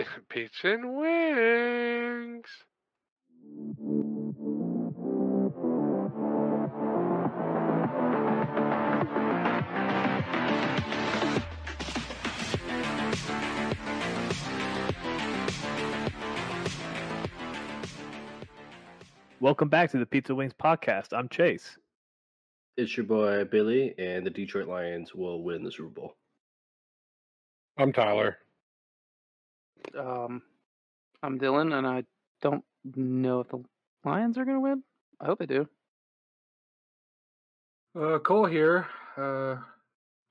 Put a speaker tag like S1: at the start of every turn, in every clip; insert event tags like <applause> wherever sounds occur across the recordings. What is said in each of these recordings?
S1: <laughs>
S2: Pizza and wings.
S3: Welcome back to the Pizza Wings podcast. I'm Chase.
S4: It's your boy Billy, and the Detroit Lions will win the Super Bowl.
S2: I'm Tyler.
S1: Um, I'm Dylan, and I don't know if the Lions are going to win. I hope they do.
S5: Uh, Cole here. Uh,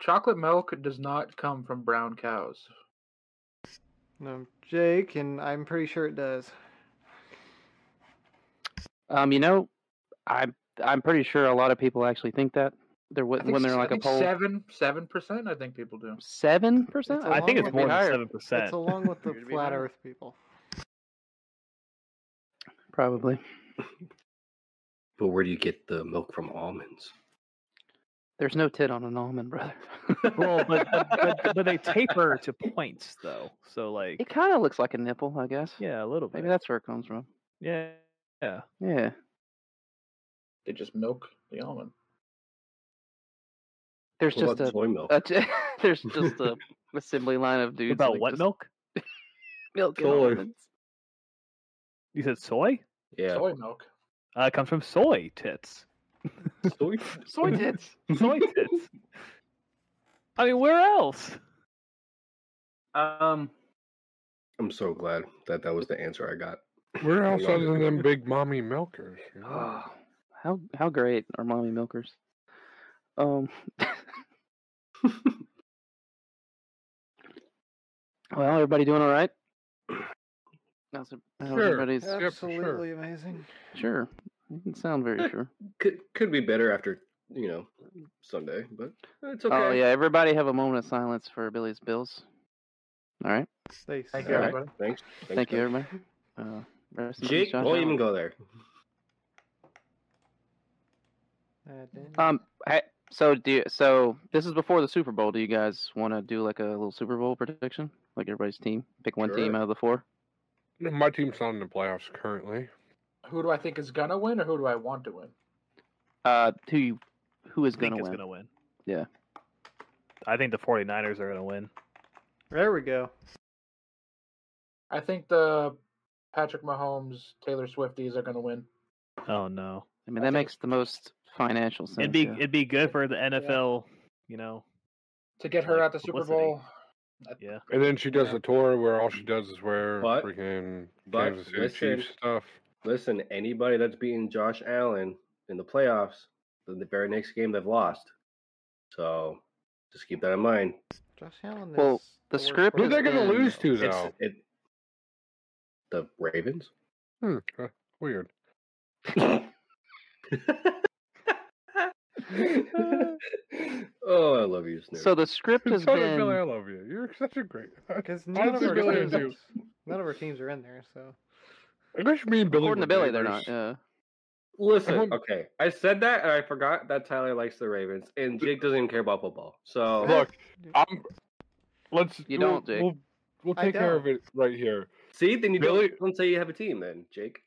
S5: chocolate milk does not come from brown cows.
S6: And I'm Jake, and I'm pretty sure it does.
S1: Um, you know, I'm I'm pretty sure a lot of people actually think that there
S5: I
S1: when,
S5: think
S1: when they're
S5: s-
S1: in,
S5: I
S1: like a
S5: think
S1: poll
S5: seven seven percent. I think people do.
S1: seven percent.
S6: It's
S3: I think
S6: along
S3: it's
S6: with
S3: more
S6: the
S3: than
S6: higher-
S3: seven
S6: It's
S3: percent.
S7: <laughs>
S6: along with the
S1: You're gonna be
S6: flat
S1: higher.
S6: Earth people.
S1: probably.
S4: But where do you get the milk from almonds?
S1: There's no tit on an almond, brother.
S3: Well, but but, but but they taper to points though, so like
S1: it kind of looks like a nipple, I guess.
S3: yeah, a little bit.
S1: Maybe that's where it comes from.
S3: yeah, yeah.
S1: Yeah.
S5: They just milk the almond.
S1: There's
S4: What
S1: just
S4: about
S1: a,
S4: soy milk?
S1: a t- <laughs> there's just a assembly line of dudes
S3: About
S1: like,
S3: what
S1: just
S3: milk?
S1: milk and
S4: Soy.
S1: almonds.
S3: You said soy.
S4: yeah,
S5: Soy milk.
S3: Uh, it comes from soy tits.
S4: <laughs> soy.
S1: Soy tits.
S3: <laughs> Soy
S1: <laughs>
S3: tits. I mean, where else?
S1: Um,
S4: I'm so glad that that was the answer I got.
S2: Where else
S4: Love
S2: other
S4: it.
S1: <laughs>
S2: than big mommy milkers? you know?
S1: Oh, how how great are mommy milkers? Um. well, everybody doing all right? How's, it- how's
S2: Sure.
S1: everybody's?
S4: Uh,
S2: for sure.
S6: Absolutely amazing.
S1: Sure, you didn't sound very
S4: Yeah,
S1: sure.
S4: <laughs> Could could be better after you know Sunday, but it's okay.
S1: Oh yeah, everybody have a moment of silence for Billy's bills. All right,
S6: They
S5: Thank
S6: suck.
S5: you,
S4: All right.
S5: everybody.
S4: Thanks. Thanks
S1: thank you,
S4: guys.
S1: everybody. Uh, rest in peace,
S4: Jake,
S1: Josh
S4: don't
S1: Allen.
S4: even go there.
S6: Uh, didn't-
S1: Um, I, so do you, so. This is before the Super Bowl. Do you guys want to do like a little Super Bowl prediction? Like everybody's team, pick one
S4: Sure.
S1: team out of the four.
S2: My team's not in the playoffs currently.
S5: Who do I think is gonna win, or who do I want to win?
S1: Uh, who you, who is
S3: I think
S1: gonna
S3: it's
S1: win?
S3: gonna win.
S1: Yeah.
S3: I think the 49ers are gonna win.
S6: there we go.
S5: I think the Patrick Mahomes, Taylor Swifties are gonna win.
S3: Oh no.
S1: I mean,
S5: I
S1: that
S5: think-
S1: makes the most financial sense.
S3: It'd be
S1: yeah.
S3: it'd be good for the NFL, you know.
S5: To get her
S3: Like
S5: out the Super
S3: publicity.
S5: Bowl,
S2: And then she does
S5: Yeah.
S2: a tour where all she does is wear
S4: But-
S2: freaking
S4: but
S2: Kansas City
S4: listen.
S2: Chiefs stuff.
S4: Listen, anybody that's beating Josh Allen in the playoffs, the, the very next game they've lost. So just keep that in mind.
S6: Josh Allen is.
S1: Well, the
S6: worst
S1: script
S2: Who are
S1: is
S2: they
S6: quarterback.
S2: going to
S1: been-
S2: lose to
S4: It's
S2: though?
S4: it. The Ravens.
S2: Hmm, huh, weird.
S4: <laughs> oh, I love you, Snoop.
S1: So the script has
S2: So did Billy, I
S1: been.
S2: love you. You're such a great. <laughs> I
S6: 'Cause
S2: I
S6: none
S2: don't
S6: of
S2: think
S6: our
S2: Billy
S6: teams,
S2: would do.
S6: none of our teams are in there, so
S2: I wish me and Billy.
S1: According to
S2: were
S1: Billy, they're
S2: neighbors.
S1: not. Uh,
S4: Listen,
S2: want-
S4: okay. I said that and I forgot that Tyler likes the Ravens and Jake doesn't even care about football. So
S2: Look, I'm. Let's.
S1: You
S2: we'll-
S1: don't, Jake.
S2: We'll, we'll
S6: I
S2: take care of it right here.
S4: see, then you
S2: Billy-
S4: don't, don't say you have a team, then Jake.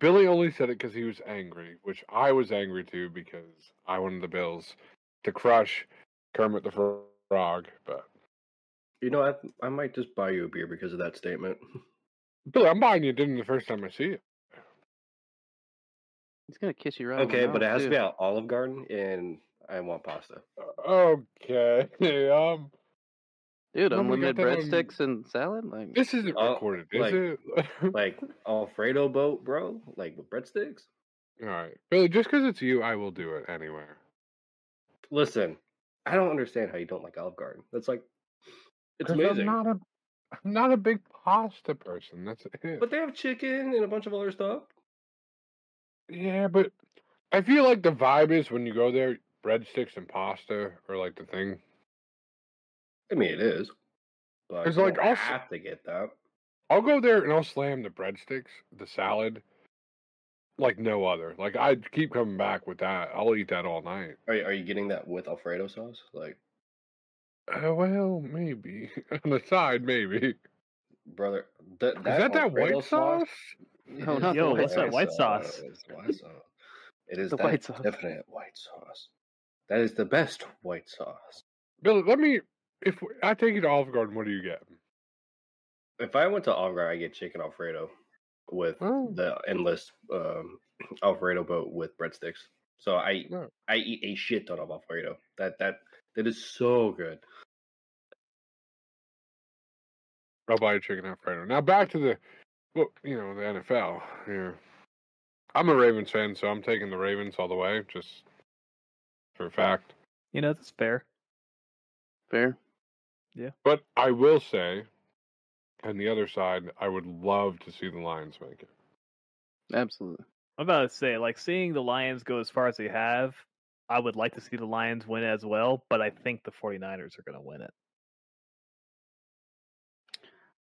S2: Billy only said it because he was angry, which I was angry too because I wanted the Bills to crush Kermit the Fro- Frog. But
S4: You know, I I might just buy you a beer because of that statement.
S2: Billy, I'm buying you dinner the first time I see you.
S1: he's gonna kiss you right. on the
S4: okay, but it
S1: mouth,
S4: has to
S1: too.
S4: be at Olive Garden, and I want pasta. <laughs>
S2: Okay. Um,
S1: Dude,
S2: Nobody got
S1: unlimited
S2: that on-
S1: breadsticks and salad. Like,
S2: this isn't
S4: Uh,
S2: recorded, is
S4: like-
S2: it? <laughs> All
S4: Like Alfredo boat, bro. Like with breadsticks.
S2: right, Billy. Just because it's you, I will do it anywhere.
S4: Listen, I don't understand how you don't like Olive Garden. That's like, it's
S2: 'Cause
S4: amazing.
S2: I'm not a, I'm not a big pasta person. That's it.
S4: But they have chicken and a bunch of other stuff.
S2: yeah, but I feel like the vibe is when you go there, breadsticks and pasta are like the thing.
S4: I mean, it is. But
S2: It's
S4: you
S2: like
S4: don't
S2: also-
S4: have to get that.
S2: I'll go there and I'll slam the breadsticks, the salad, like no other. Like I keep coming back with that. I'll eat that all night.
S4: Are you, are you getting that with Alfredo sauce? Like,
S2: <laughs> Uh, well, maybe on the side, maybe.
S4: brother. Th-
S2: Is that that
S4: Alfredo
S2: white sauce?
S4: <laughs>
S2: Oh,
S1: No, not the
S7: Yo,
S1: white
S7: what's that
S1: sauce.
S7: white sauce?
S4: It's white sauce. It is
S1: The
S4: that
S1: white sauce.
S4: definite white sauce. That is the best white sauce.
S2: Billy, let me. If I take you to Olive Garden, what do you get?
S4: If I went to Olive Garden, I get chicken Alfredo with
S2: Oh.
S4: the endless um, <clears throat> Alfredo boat with breadsticks. So I
S2: Right.
S4: I eat a shit ton of Alfredo. That that that is so good.
S2: I'll buy a chicken Alfredo. Now back to the, well, you know, the NFL. Yeah, I'm a Ravens fan, so I'm taking the Ravens all the way, just for a fact.
S3: You know, that's fair.
S1: Fair.
S2: But I will say, on the other side, I would love to see the Lions make it.
S1: Absolutely.
S7: I'm about to say, like, seeing the Lions go as far as they have, I would like to see the Lions win as well, but I think the 49ers are going to win it.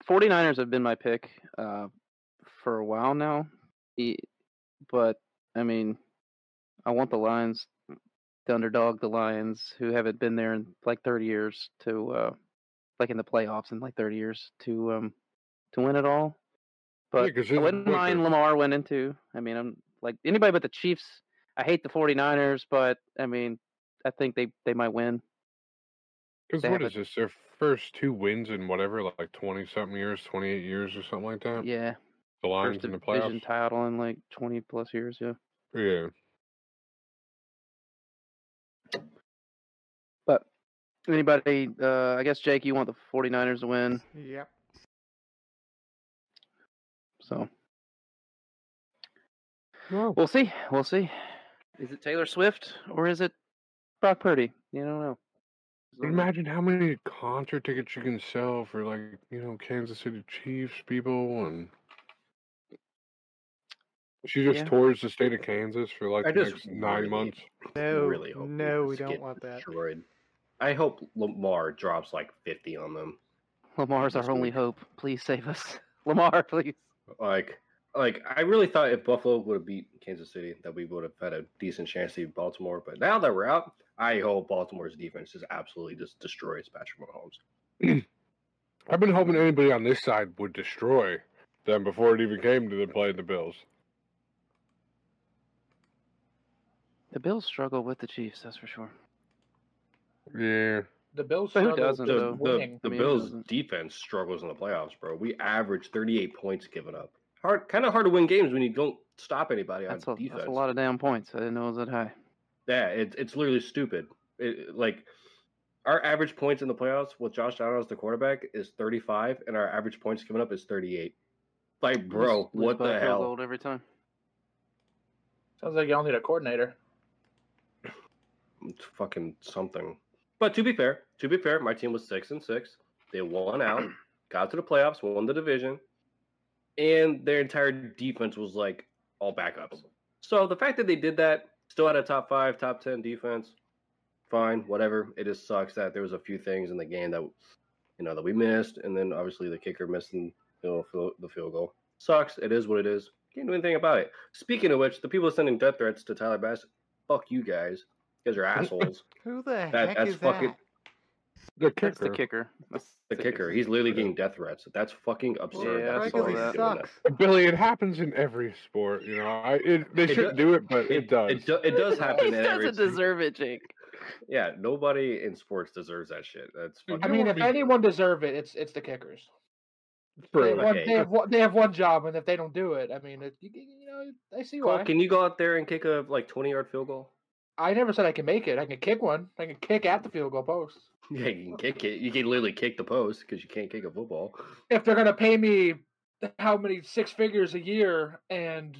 S1: 49ers have been my pick uh, for a while now. E- But, I mean, I want the Lions, the underdog, the Lions, who haven't been there in like 30 years, to, uh, like in the playoffs in like 30 years, to um, to win it all. But
S2: because
S1: I wouldn't mind Lamar winning too. I mean, I'm like anybody but the Chiefs. I hate the 49ers, but I mean, I think they, they might win.
S2: Because
S1: they
S2: what
S1: have
S2: is this? Their first two wins in whatever, like twenty something years, twenty eight years or something like that.
S1: Yeah.
S2: The Lions
S1: First
S2: in the
S1: division
S2: playoffs.
S1: title in like 20 plus years. Yeah.
S2: yeah.
S1: But anybody, uh, I guess Jake, you want the 49ers to win.
S6: Yep.
S1: So we'll see. We'll see. Is it Taylor Swift or is it Brock Purdy? You don't know. So,
S2: Imagine how many concert tickets you can sell for, like, you know, Kansas City Chiefs people. And she just
S1: Yeah.
S2: tours the state of Kansas for like
S4: I
S2: the
S4: just
S2: next nine
S4: really-
S2: months.
S6: No,
S4: really hope
S6: no, we
S4: just
S6: don't
S4: get
S6: want that.
S4: Destroyed. I hope Lamar drops like fifty on them.
S1: <laughs> Lamar's our
S4: Just
S1: only
S4: like-
S1: hope. Please save us. <laughs> Lamar, please.
S4: Like like I really thought if Buffalo would have beat Kansas City that we would have had a decent chance to beat Baltimore. But now that we're out, I hope Baltimore's defense just absolutely just destroys Patrick Mahomes.
S2: I've been hoping anybody on this side would destroy them before it even came to them playing the Bills.
S1: The Bills struggle with the Chiefs, that's for sure.
S2: Yeah.
S5: The Bills
S1: But who
S5: struggled
S1: doesn't,
S5: with
S1: though?
S4: The, the,
S5: winning.
S4: the
S1: I mean, it
S4: Bills
S1: doesn't-
S4: defense struggles in the playoffs, bro. We average 38 points given up. Hard, kind of hard to win games when you don't stop anybody
S1: That's a,
S4: on defense.
S1: that's a lot of damn points. I didn't know it was that high.
S4: Yeah, it, it's literally stupid. It, like our average points in the playoffs with Josh Allen as the quarterback is 35, and our average points given up is 38. Like, bro,
S1: Just lose
S4: what
S1: by a
S4: the
S1: field
S4: hell?
S1: goal every time.
S5: Sounds like y'all need a coordinator.
S4: It's fucking something. But to be fair, to be fair, my team was six and six. They won out, got to the playoffs, won the division, and their entire defense was like all backups. So the fact that they did that, still had a top five, top ten defense, fine, whatever. It just sucks that there was a few things in the game that you know that we missed, and then obviously the kicker missing you know, fil- the field goal. Sucks. It is what it is. Can't do anything about it. Speaking of which, the people sending death threats to Tyler Bass, fuck you guys. You guys are assholes.
S6: Who the heck
S4: that's
S6: is
S4: fucking-
S6: that?
S2: The kicker.
S1: That's the kicker. That's
S4: The kicker. He's literally getting death threats. That's fucking absurd.
S1: Yeah,
S4: That's
S1: I saw
S4: why
S1: that.
S4: he's
S6: Because he
S4: doing
S6: sucks.
S2: Billy, it happens in every sport, you know. I it, they
S4: It
S2: shouldn't
S4: do-
S2: do it, but
S4: that.
S2: it, does.
S4: It, do, it does
S1: <laughs>
S4: happen.
S1: he
S4: in every
S1: doesn't deserve it, Jake.
S4: Yeah, nobody in sports deserves that shit. That's
S2: Dude,
S4: fucking.
S5: I mean, if
S2: wanna be-
S5: anyone deserve it, it's it's the kickers. They
S2: True.
S5: have, one,
S4: Okay.
S5: they, have one, they have one job, and if they don't do it, I mean, it, you, you know, I see
S4: Cole,
S5: why.
S4: can you go out there and kick a like twenty yard field goal? <laughs>
S5: I never said I can make it. I can kick one. I can kick at the field goal post.
S4: Yeah, you can kick it. You can literally kick the post because you can't kick a football.
S5: If they're gonna pay me how many six figures a year, and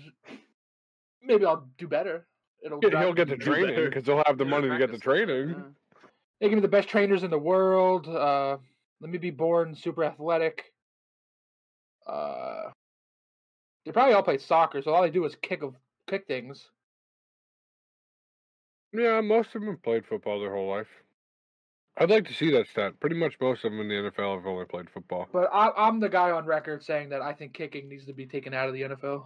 S5: maybe I'll do better. It'll
S2: Yeah, he'll
S5: drive-
S2: get the
S4: do
S2: training
S4: better.
S2: because he'll have the
S1: Yeah,
S2: money to get the
S1: practice.
S2: training.
S1: Yeah.
S5: They give me the best trainers in the world. Uh, let me be born super athletic. Uh, they probably all play soccer, so all they do is kick of kick things.
S2: Yeah, most of them have played football their whole life. I'd like to see that stat. Pretty much most of them in the NFL have only played football.
S5: But I, I'm the guy on record saying that I think kicking needs to be taken out of the NFL.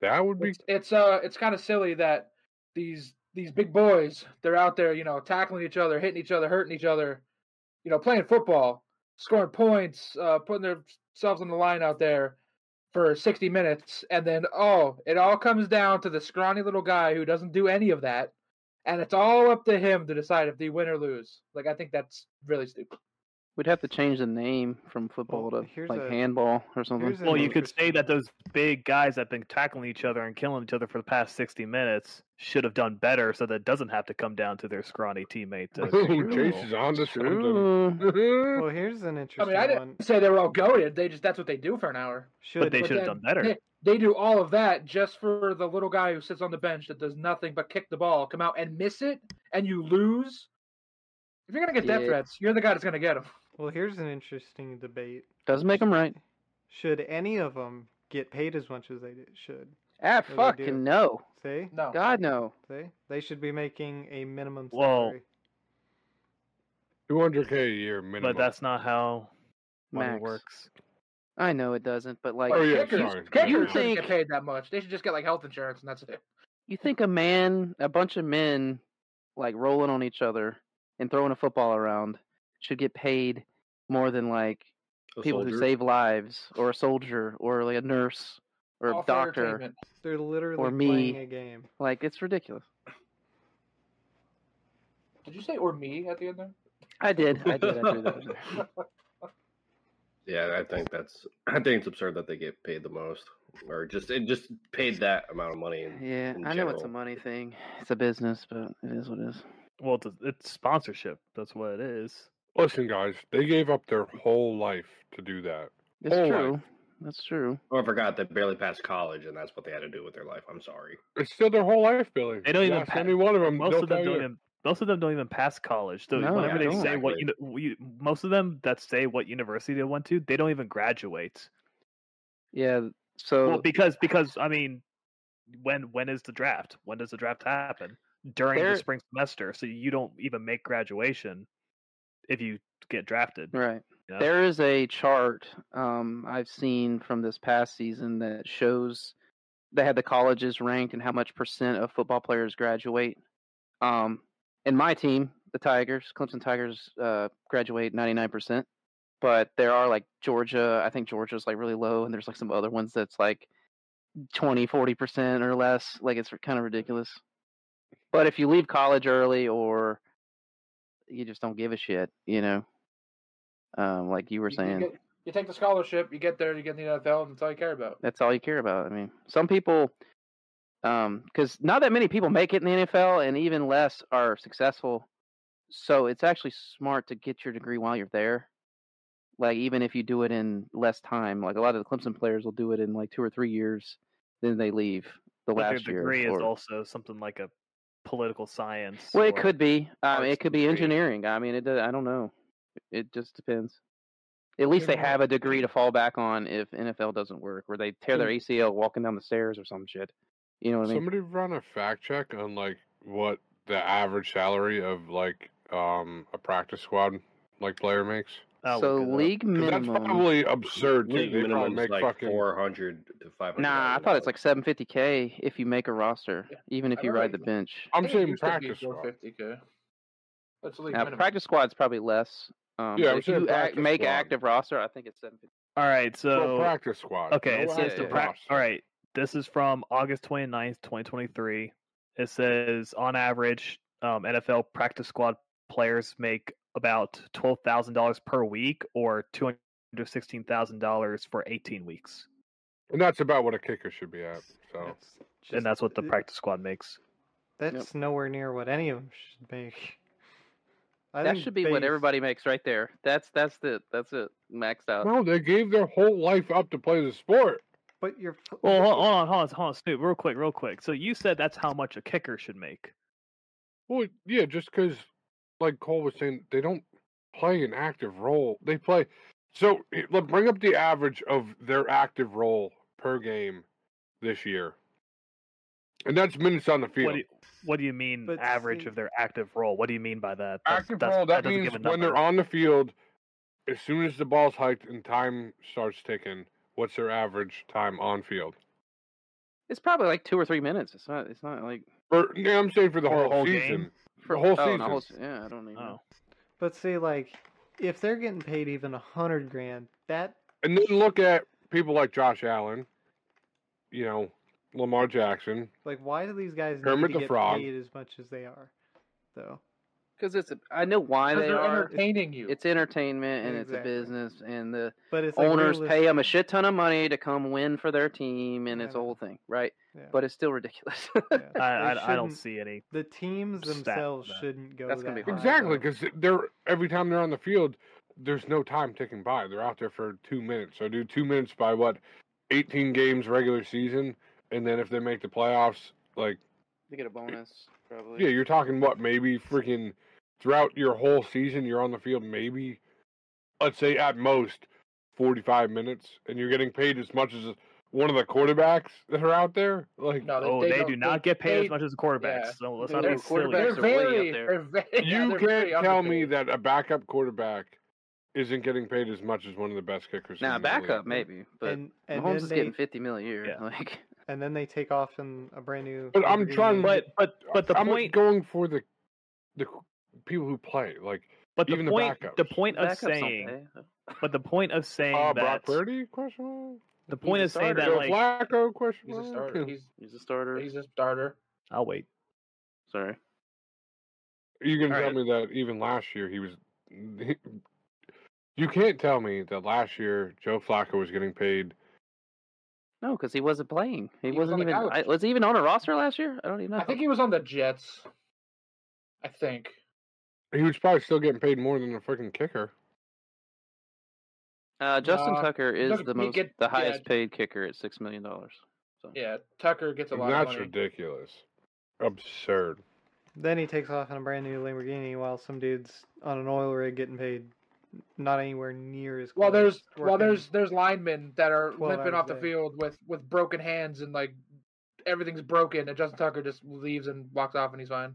S2: That would <laughs> be
S5: It's it's uh it's kind of silly that these these big boys they're out there you know tackling each other, hitting each other, hurting each other, you know playing football, scoring points, uh, putting themselves on the line out there for 60 minutes, and then oh, it all comes down to the scrawny little guy who doesn't do any of that, and it's all up to him to decide if they win or lose. Like I think that's really stupid.
S1: We'd have to change the name from football
S6: Well,
S1: to
S6: here's
S1: like
S6: a-
S1: handball or something.
S6: here's an
S7: Well, you could say that
S6: interesting-
S7: those big guys that have been tackling each other and killing each other for the past 60 minutes should have done better so that it doesn't have to come down to their scrawny teammate.
S2: <laughs>
S7: To
S2: Ooh,
S7: kick the
S2: Chase
S7: goal.
S2: is on to something.
S1: True.
S6: Well, here's an
S5: I
S6: interesting
S5: mean, I
S6: one.
S5: <laughs> didn't say they were all goaded. They just that's what they do for an hour.
S6: Should
S7: But they should have done
S5: then
S7: better.
S5: They, they do all of that just for the little guy who sits on the bench that does nothing but kick the ball, come out and miss it, and you lose. If you're gonna get death
S1: Yeah.
S5: threats, you're the guy that's gonna get them.
S6: Well, here's an interesting debate.
S1: Doesn't make them right.
S6: Should any of them get paid as much as they did- should?
S1: Ah,
S6: do. Oh.
S1: fucking no.
S6: See?
S5: <laughs> No,
S1: God no.
S6: See? They should be making a minimum
S7: Well,
S6: salary.
S2: <laughs> Two hundred k a year minimum.
S7: But that's not how money
S1: Max.
S7: works.
S1: I know it doesn't, but like
S2: Oh, yeah,
S5: kickers,
S2: sorry.
S5: kickers
S1: You
S5: shouldn't
S1: think-
S5: get paid that much. They should just get like health insurance, and that's it.
S1: you think a man, a bunch of men, like rolling on each other and throwing a football around should get paid more than like
S4: A
S1: people who
S4: soldier.
S1: save lives or a soldier or like a nurse or
S5: All
S1: a
S5: for
S1: doctor.
S5: entertainment.
S6: They're literally
S1: me.
S6: playing a game.
S1: Like it's ridiculous.
S5: Did you say or me at the end there?
S1: I did. I did. I threw that. in there.
S4: Yeah, I think that's. I think it's absurd that they get paid the most, or just it just paid that amount of money. And
S1: Yeah,
S4: in
S1: I know it's a
S4: general.
S1: money thing. It's a business, but it is what it is.
S7: Well, it's, it's sponsorship. That's what it is.
S2: Listen, guys, they gave up their whole life to do that.
S1: It's
S2: Whole life.
S1: true. That's true.
S4: oh, I forgot they barely passed college, and that's what they had to do with their life. I'm sorry.
S2: It's still their whole life, Billy.
S7: They don't
S2: You
S7: even
S2: ask
S7: pa-
S2: any one of them.
S7: Most
S2: they'll
S7: of them
S2: tell
S7: don't
S2: you.
S7: even. Most of them don't even pass college. So
S1: No,
S7: whenever
S1: they
S7: they say
S4: don't.
S7: what uni- we- most of them that say what university they went to, they don't even graduate.
S1: Yeah. So
S7: Well, because because I mean, when when is the draft? When does the draft happen? During
S1: There-
S7: the spring semester, so you don't even make graduation if you get drafted.
S1: right.
S7: Yeah.
S1: There is a chart um, I've seen from this past season that shows they had the colleges ranked and how much percent of football players graduate. Um, and my team, the Tigers, Clemson Tigers, uh, graduate 99%. But there are like Georgia, I think Georgia's like really low, and there's like some other ones that's like 20, 40% or less. Like it's kind of ridiculous. But if you leave college early or you just don't give a shit, you know, um, like you were
S5: You-
S1: saying.
S5: You, get- you take the scholarship, you get there, you get in the NFL, and that's all you care about.
S1: that's all you care about. I mean, some people, because not that many people make it in the NFL, and even less are successful. So it's actually smart to get your degree while you're there. Like even if you do it in less time, like a lot of the Clemson players will do it in like two or three years, then they leave the
S7: But
S1: last
S7: their
S1: year.
S7: degree is
S1: or-
S7: also something like a political science.
S1: well, it
S7: or-
S1: could be. I mean,
S7: arts
S1: it could be
S7: degree.
S1: engineering. I mean, it. do- I don't know. It just depends. At least they
S6: Given what-
S1: have a degree to fall back on if NFL doesn't work, where they tear their ACL walking down the stairs or some shit. You know what I mean?
S2: Somebody run a fact check on like what the average salary of like um a practice squad like player makes.
S7: I'll
S1: so
S7: look it up.
S1: league
S2: 'Cause
S1: minimum.
S2: That's probably absurd. Too.
S4: League
S2: They probably
S4: minimum
S2: make
S4: like
S2: fucking.
S4: four hundred to five hundred.
S1: Nah, I thought it's like 750k if you make a roster,
S5: Yeah,
S1: even if
S5: I
S1: you ride the
S5: remember
S1: bench.
S5: I
S2: I'm
S5: think it
S2: saying
S5: used to be
S2: practice squad.
S5: 450K. That's the league
S1: Now,
S5: minimum.
S1: practice squad's probably less. Um,
S2: Yeah,
S1: but
S2: I'm
S1: if
S2: saying
S1: you act,
S2: practice
S1: make
S2: squad.
S1: active roster, I think it's 750.
S7: All right,
S2: Well,
S7: so
S2: practice squad.
S7: okay, it
S2: No
S7: says
S1: yeah,
S7: the
S2: active
S1: yeah.
S7: prac-
S2: roster.
S7: All right, this is from August 29th, 2023. It says on average, um, NFL practice squad players make about twelve thousand dollars per week, or two hundred sixteen thousand dollars for eighteen weeks,
S2: and that's about what a kicker should be at. So
S6: That's just,
S7: Oh. and that's what the
S6: it-
S7: practice squad makes.
S6: That's nowhere near what any of them should make. I
S1: That
S6: think
S1: should be
S6: base-
S1: what everybody makes right there. That's that's the that's it maxed out.
S2: no, they gave their whole life up to play the sport.
S6: But you're. f-
S7: Well, hold hold on, hold on, hold on, Snoop, real quick, real quick. So you said that's how much a kicker should make.
S2: Well, yeah, just because, like Cole was saying, they don't play an active role. They play. So eh, look, bring up the average of their active role per game this year, and that's minutes on the
S7: What
S2: field.
S7: do you, what do you mean
S6: But
S7: average
S6: see-
S7: of their active role? What do you mean by that? That's-
S2: active
S7: that's-
S2: role. That,
S7: doesn't
S2: means
S7: give a
S2: when they're
S7: number.
S2: on the field, as soon as the ball's hiked and time starts ticking, what's their average time on field?
S1: It's probably like two or three minutes. It's not. It's not like
S2: For yeah, I'm saying for the
S7: For a
S2: whole,
S7: whole
S2: season.
S7: game?
S2: The whole
S1: oh,
S2: season. <laughs>
S1: no, whole se- yeah, I don't even.
S7: Oh.
S1: know.
S6: But see, like, if they're getting paid even a hundred grand, that
S2: And then look at people like Josh Allen, you know, Lamar Jackson.
S6: like why do these guys need
S2: Kermit
S6: to
S2: the
S6: get
S2: Frog.
S6: paid as much as they are? Though
S1: because it's I know why they
S5: they're
S1: are.
S5: entertaining you.
S1: It's entertainment and
S6: Exactly.
S1: it's a business, and the
S6: but it's like,
S1: owners pay them a
S6: realistic-
S1: shit ton of money to come win for their team, and
S6: I
S1: it's a
S6: know.
S1: whole thing, right?
S6: Yeah.
S1: But it's still ridiculous. <laughs>
S6: Yeah.
S7: <laughs> I,
S6: They
S7: I, I don't
S6: shouldn't-
S7: see any.
S6: The teams
S7: stat
S6: themselves
S7: that.
S6: shouldn't go.
S1: That's gonna
S6: that
S1: be
S6: high,
S2: Exactly,
S6: though.
S2: because they're every time they're on the field, there's no time ticking by. They're out there for two minutes. So do two minutes by what, eighteen games regular season, and then if they make the playoffs, like
S1: they get a bonus, probably.
S2: yeah, you're talking what maybe freaking throughout your whole season, you're on the field maybe, let's say at most, forty five minutes, and you're getting paid as much as one of the quarterbacks that are out there. Like
S5: no,
S7: Oh, they,
S5: don't-
S7: do not
S5: they-
S7: get paid
S5: they-
S7: as much as the quarterbacks.
S5: yeah.
S7: So let's
S1: Dude,
S7: not
S1: their
S7: be silly.
S1: quarterbacks-
S5: They're
S1: Backs are way up
S5: very,
S1: there.
S5: they're very. <laughs> yeah,
S2: you
S5: they're very
S2: can't tell me
S5: underpaid.
S2: that a backup quarterback isn't getting paid as much as one of the best kickers.
S1: Now
S2: in the league.
S1: backup maybe, but
S6: and and
S1: Mahomes
S6: then
S1: is
S6: they
S1: getting fifty mil a year.
S7: Yeah.
S1: <laughs> Like
S6: and then they take off in a brand new.
S2: But I'm trying-
S6: agreement.
S7: But but but the
S2: I'm
S7: point
S2: going for the the people who play. Like
S7: but the
S2: even the
S7: point
S2: backups.
S7: the point of
S1: backups don't
S7: saying
S1: pay.
S7: but the point of saying
S2: uh,
S7: that
S2: Brock Purdy? Question mark.
S7: the point
S1: a
S7: of saying that
S2: Joe
S7: like
S2: Flacco? Question
S5: He's a
S2: mark.
S5: starter. Mm-hmm. He's,
S1: He's a starter.
S5: he's a starter.
S7: I'll wait.
S1: Sorry.
S2: You can
S7: All
S2: tell
S7: right.
S2: me that even last year he was. You can't tell me that last year Joe Flacco was getting paid.
S1: No, because he wasn't playing. He,
S5: He was
S1: wasn't
S5: on the
S1: even. I,
S5: couch.
S1: was he even on a roster last year? I don't even know.
S5: I think he was on the Jets. I think.
S2: He was probably still getting paid more than a freaking kicker.
S1: uh, Justin
S5: Nah,
S1: Tucker is
S5: doesn't-
S1: the
S5: he
S1: most,
S5: get-
S1: the
S5: yeah.
S1: highest paid kicker at six million dollars.
S5: Yeah, Tucker gets a lot
S2: That's
S5: of money.
S2: ridiculous. Absurd.
S6: Then he takes off in a brand new Lamborghini while some dude's on an oil rig getting paid not anywhere near as.
S5: Well, there's
S6: close,
S5: well,
S6: working-
S5: there's there's linemen that are
S6: 12
S5: limping
S6: hours
S5: off
S6: a
S5: the
S6: day.
S5: field with with broken hands and like everything's broken, and Justin Tucker just leaves and walks off, and he's fine.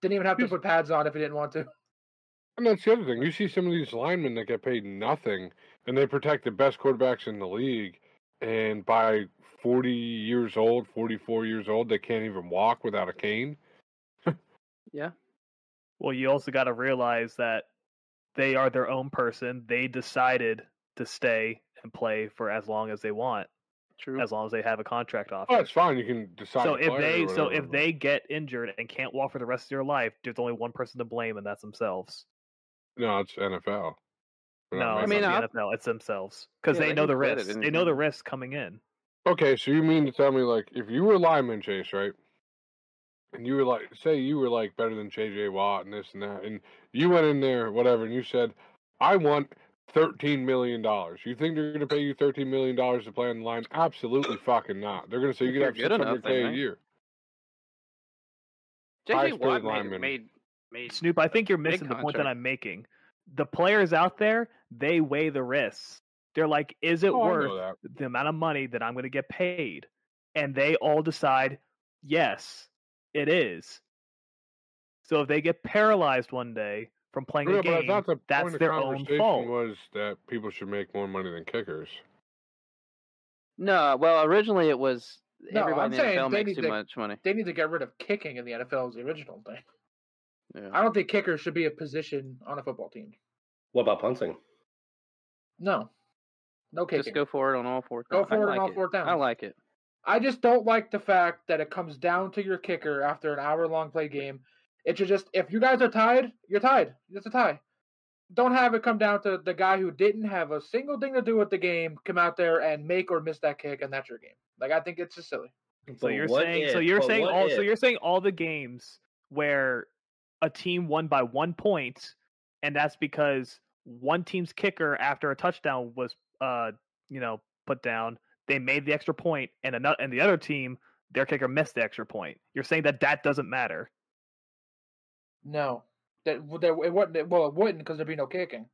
S5: Didn't even have to
S2: He's-
S5: put pads on if he didn't want to. <laughs>
S2: And that's the other thing. You see some of these linemen that get paid nothing, and they protect the best quarterbacks in the league. And by 40 years old, 44 years old, they can't even walk without a cane.
S7: Well, you also got to realize that they are their own person. They decided to stay and play for as long as they want,
S1: True.
S7: as long as they have a contract offer.
S2: Oh, that's fine. You can decide.
S7: so
S2: to
S7: if
S2: play or
S7: they so
S2: whatever,
S7: if
S2: but-
S7: they get injured and can't walk for the rest of their life, there's only one person to blame, and that's themselves.
S2: no, it's NFL. We're
S7: No,
S2: not
S7: it's
S2: making-
S1: I mean,
S7: not
S1: I-
S7: the NFL. It's themselves because
S1: Yeah,
S7: they,
S1: they
S7: know
S1: can
S7: the
S1: quit at
S7: risk.
S1: any
S7: They know the
S1: time.
S7: risk coming in.
S2: okay. So you mean to tell me, like, if you were lineman Chase, right? And you were like, say you were like better than J.J. Watt and this and that, and you went in there, whatever, and you said, "I want thirteen million dollars." You think they're going to pay you thirteen million dollars to play on the line? Absolutely fucking not. They're going to say
S1: If
S2: you can
S1: you're
S2: have six
S1: good enough,
S2: hundred
S1: they
S2: k a
S1: may.
S2: year.
S1: JJ
S2: highest paid
S1: Watt made,
S2: lineman.
S1: made made
S7: Snoop, I think you're
S1: Big
S7: missing the point that
S1: contract.
S7: I'm making. The players out there, they weigh the risks. They're like, is it
S2: Oh, I know
S7: worth
S2: that.
S7: the amount of money that I'm going to get paid? And they all decide, yes, it is. So if they get paralyzed one day from playing
S2: Yeah,
S7: a
S2: but I
S7: game,
S2: thought the point
S7: that's
S2: of
S7: their own
S2: conversation
S7: fault.
S2: was that people should make more money than kickers.
S1: no. Well, originally it was
S5: No, I'm
S1: everybody in
S5: saying
S1: the NFL
S5: they
S1: makes
S5: need
S1: too
S5: to-
S1: much money.
S5: They need to get rid of kicking in the NFL is the original thing.
S1: Yeah.
S5: I don't think kickers should be a position on a football team.
S4: What about punting?
S5: No, no kicking.
S1: Just go for it on all four.
S5: Go
S1: downs. I
S5: for it on
S1: like
S5: all four
S1: I
S5: downs.
S1: like it.
S5: I just don't like the fact that it comes down to your kicker after an hour long play game. It should just if you guys are tied, you're tied. It's a tie. Don't have it come down to the guy who didn't have a single thing to do with the game come out there and make or miss that kick, and that's your game. Like I think it's just silly.
S7: So
S4: But
S7: you're
S4: what
S7: saying so
S4: if-
S7: you're
S4: but
S7: saying
S4: what
S7: all so
S4: if-
S7: you're saying all the games where a team won by one point, and that's because one team's kicker after a touchdown was uh you know put down, they made the extra point, and another and the other team their kicker missed the extra point. You're saying that that doesn't matter.
S5: No, that there it wouldn't. It, well, it wouldn't because there'd be no kicking.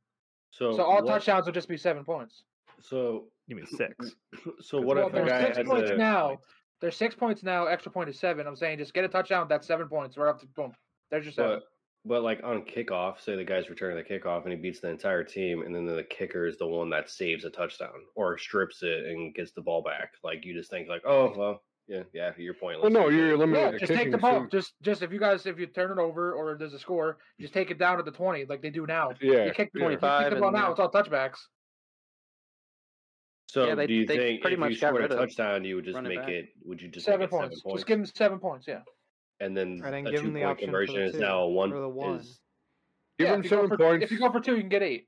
S4: So,
S5: so all
S4: what-
S5: touchdowns would just be seven points.
S4: So
S7: You mean six?
S4: So what
S5: well,
S4: if the
S5: there's
S4: guy
S5: six
S4: has
S5: points
S4: a
S5: now. There's six points now. Extra point is seven. I'm saying just get a touchdown. That's seven points. We're up to boom. There's your seven.
S4: but, but like on kickoff, say the guy's returning the kickoff and he beats the entire team, and then the kicker is the one that saves a touchdown or strips it and gets the ball back. Like you just think like, oh well, Yeah, yeah, you're pointless.
S2: Well, no, you're eliminating
S5: Yeah,
S2: the
S5: just take
S2: kicking.
S5: the ball.
S2: so-
S5: Just just if you guys if you turn it over or there's a score, just take it down to the twenty like they do now.
S2: yeah,
S5: you kick, you
S2: yeah.
S5: kick the
S1: 25
S5: ball
S1: and-
S5: now. It's all touchbacks.
S4: So
S1: Yeah, they-
S4: do you
S1: they
S4: think
S1: pretty
S4: if you
S1: much got
S4: scored a
S1: rid of
S4: touchdown, you would just
S1: running
S4: make
S1: back.
S4: it? Would you just
S5: Seven
S4: make it
S5: points.
S4: seven points?
S5: Just give them seven points. Yeah.
S4: and then
S6: Right, and
S4: a
S6: give 'em
S4: two
S6: the
S4: point
S6: option for the
S4: conversion is
S6: two,
S4: now a one.
S6: or the one.
S4: Is,
S2: Give
S5: yeah,
S2: him
S5: if you go
S2: seven
S5: for-
S2: points.
S5: If you go for two, you can get eight.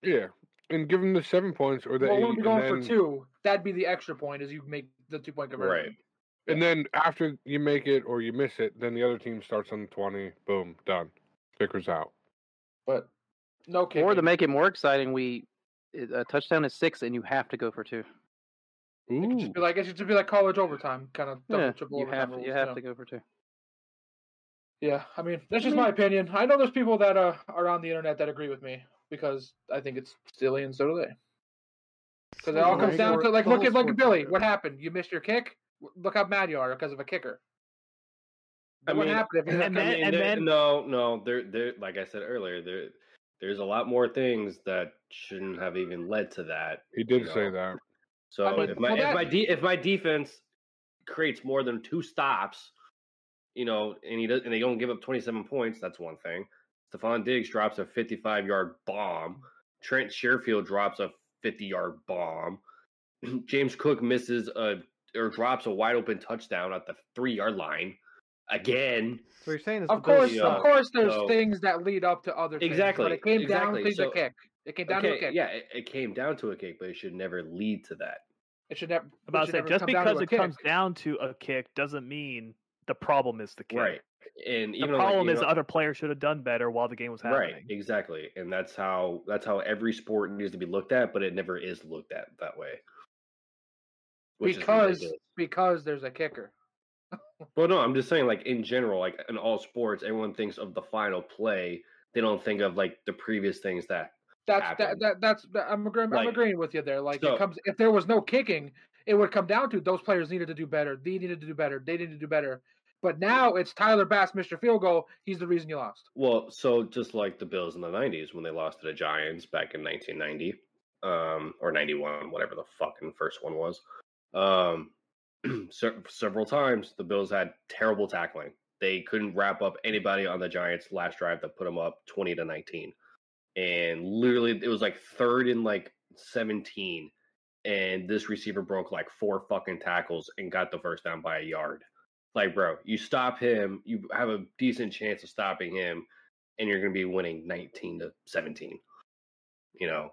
S2: yeah, and give him the seven points or the
S5: well,
S2: eight,
S5: when
S2: and
S5: you're going
S2: then
S5: for two, that'd be the extra point, is you make the two point conversion.
S4: Right.
S2: and then after you make it or you miss it, then the other team starts on the twenty. Boom, done. Kickers out.
S5: But no kicking.
S1: Or to make it more exciting, we it- a touchdown is six, and you have to go for two.
S5: It could
S2: Ooh,
S5: just be like it should just be like college overtime, kind of double,
S1: Yeah,
S5: triple
S1: you
S5: overtime
S1: have
S5: rules,
S1: you have
S5: yeah.
S1: to go for two.
S5: Yeah, I mean that's just my opinion. I know there's people that uh, are on the internet that agree with me because I think it's silly, and so do they. Because it all comes down to like look at look at Billy. What happened? You missed your kick. W- Look how mad you are because of a kicker.
S4: I
S5: what
S4: mean,
S5: happened if
S4: <laughs>
S5: you
S4: I
S5: had
S3: and then-
S4: mean,
S3: and
S4: there-
S3: then-
S4: no, no, there, there. Like I said earlier, there, there's a lot more things that shouldn't have even led to that.
S2: he did
S4: No.
S2: say that.
S4: So
S5: I mean,
S4: if my
S5: well, that-
S4: if my de- if my defense creates more than two stops, you know, and he does, and they don't give up 27 points, that's one thing. Stephon Diggs drops a 55 yard bomb. Trent Sherfield drops a 50 yard bomb. <clears throat> James Cook misses a or drops a wide open touchdown at the three yard line again.
S6: So what you're saying is,
S5: Of
S6: the Bills
S5: course,
S4: you
S5: of
S6: suck.
S4: know,
S5: course, there's
S4: uh, so-
S5: things that lead up to other things, but
S4: Exactly,
S5: it came down
S4: exactly,
S5: to the
S4: so-
S5: kick. It came down to a
S4: Okay,
S5: kick.
S4: yeah, it, it came down to a kick, but it should never lead to that.
S5: It should never.
S7: I'm about
S5: should
S7: to say
S5: never
S7: just
S5: come down
S7: because
S5: to a
S7: it comes
S5: kick.
S7: down to a kick doesn't mean the problem is the kick.
S4: Right, and
S7: The
S4: even though, like,
S7: problem
S4: you
S7: is
S4: know-
S7: the other player should have done better while the game was happening.
S4: Right, exactly, and that's how that's how every sport needs to be looked at, but it never is looked at that way. Which is
S5: because
S4: ridiculous.
S5: because there's a kicker.
S4: well, no, I'm just saying, like in general, like in all sports, everyone thinks of the final play. They don't think of like the previous things that.
S5: That's that,
S4: happened.
S5: that that's that, I'm agreeing.
S4: Like,
S5: I'm agreeing with you there. Like
S4: so-
S5: it comes if there was no kicking, it would come down to those players needed to do better. They needed to do better. They needed to do better. But now it's Tyler Bass, Mr. Field Goal. He's the reason you lost.
S4: Well, so just like the Bills in the '90s when they lost to the Giants back in 1990 um, or '91, whatever the fucking first one was. Um, <clears throat> se- several times the Bills had terrible tackling. They couldn't wrap up anybody on the Giants' last drive that put them up 20 to 19, and literally it was like third and like 17, and this receiver broke like four fucking tackles and got the first down by a yard like bro you stop him you have a decent chance of stopping him and you're going to be winning 19 to 17 you know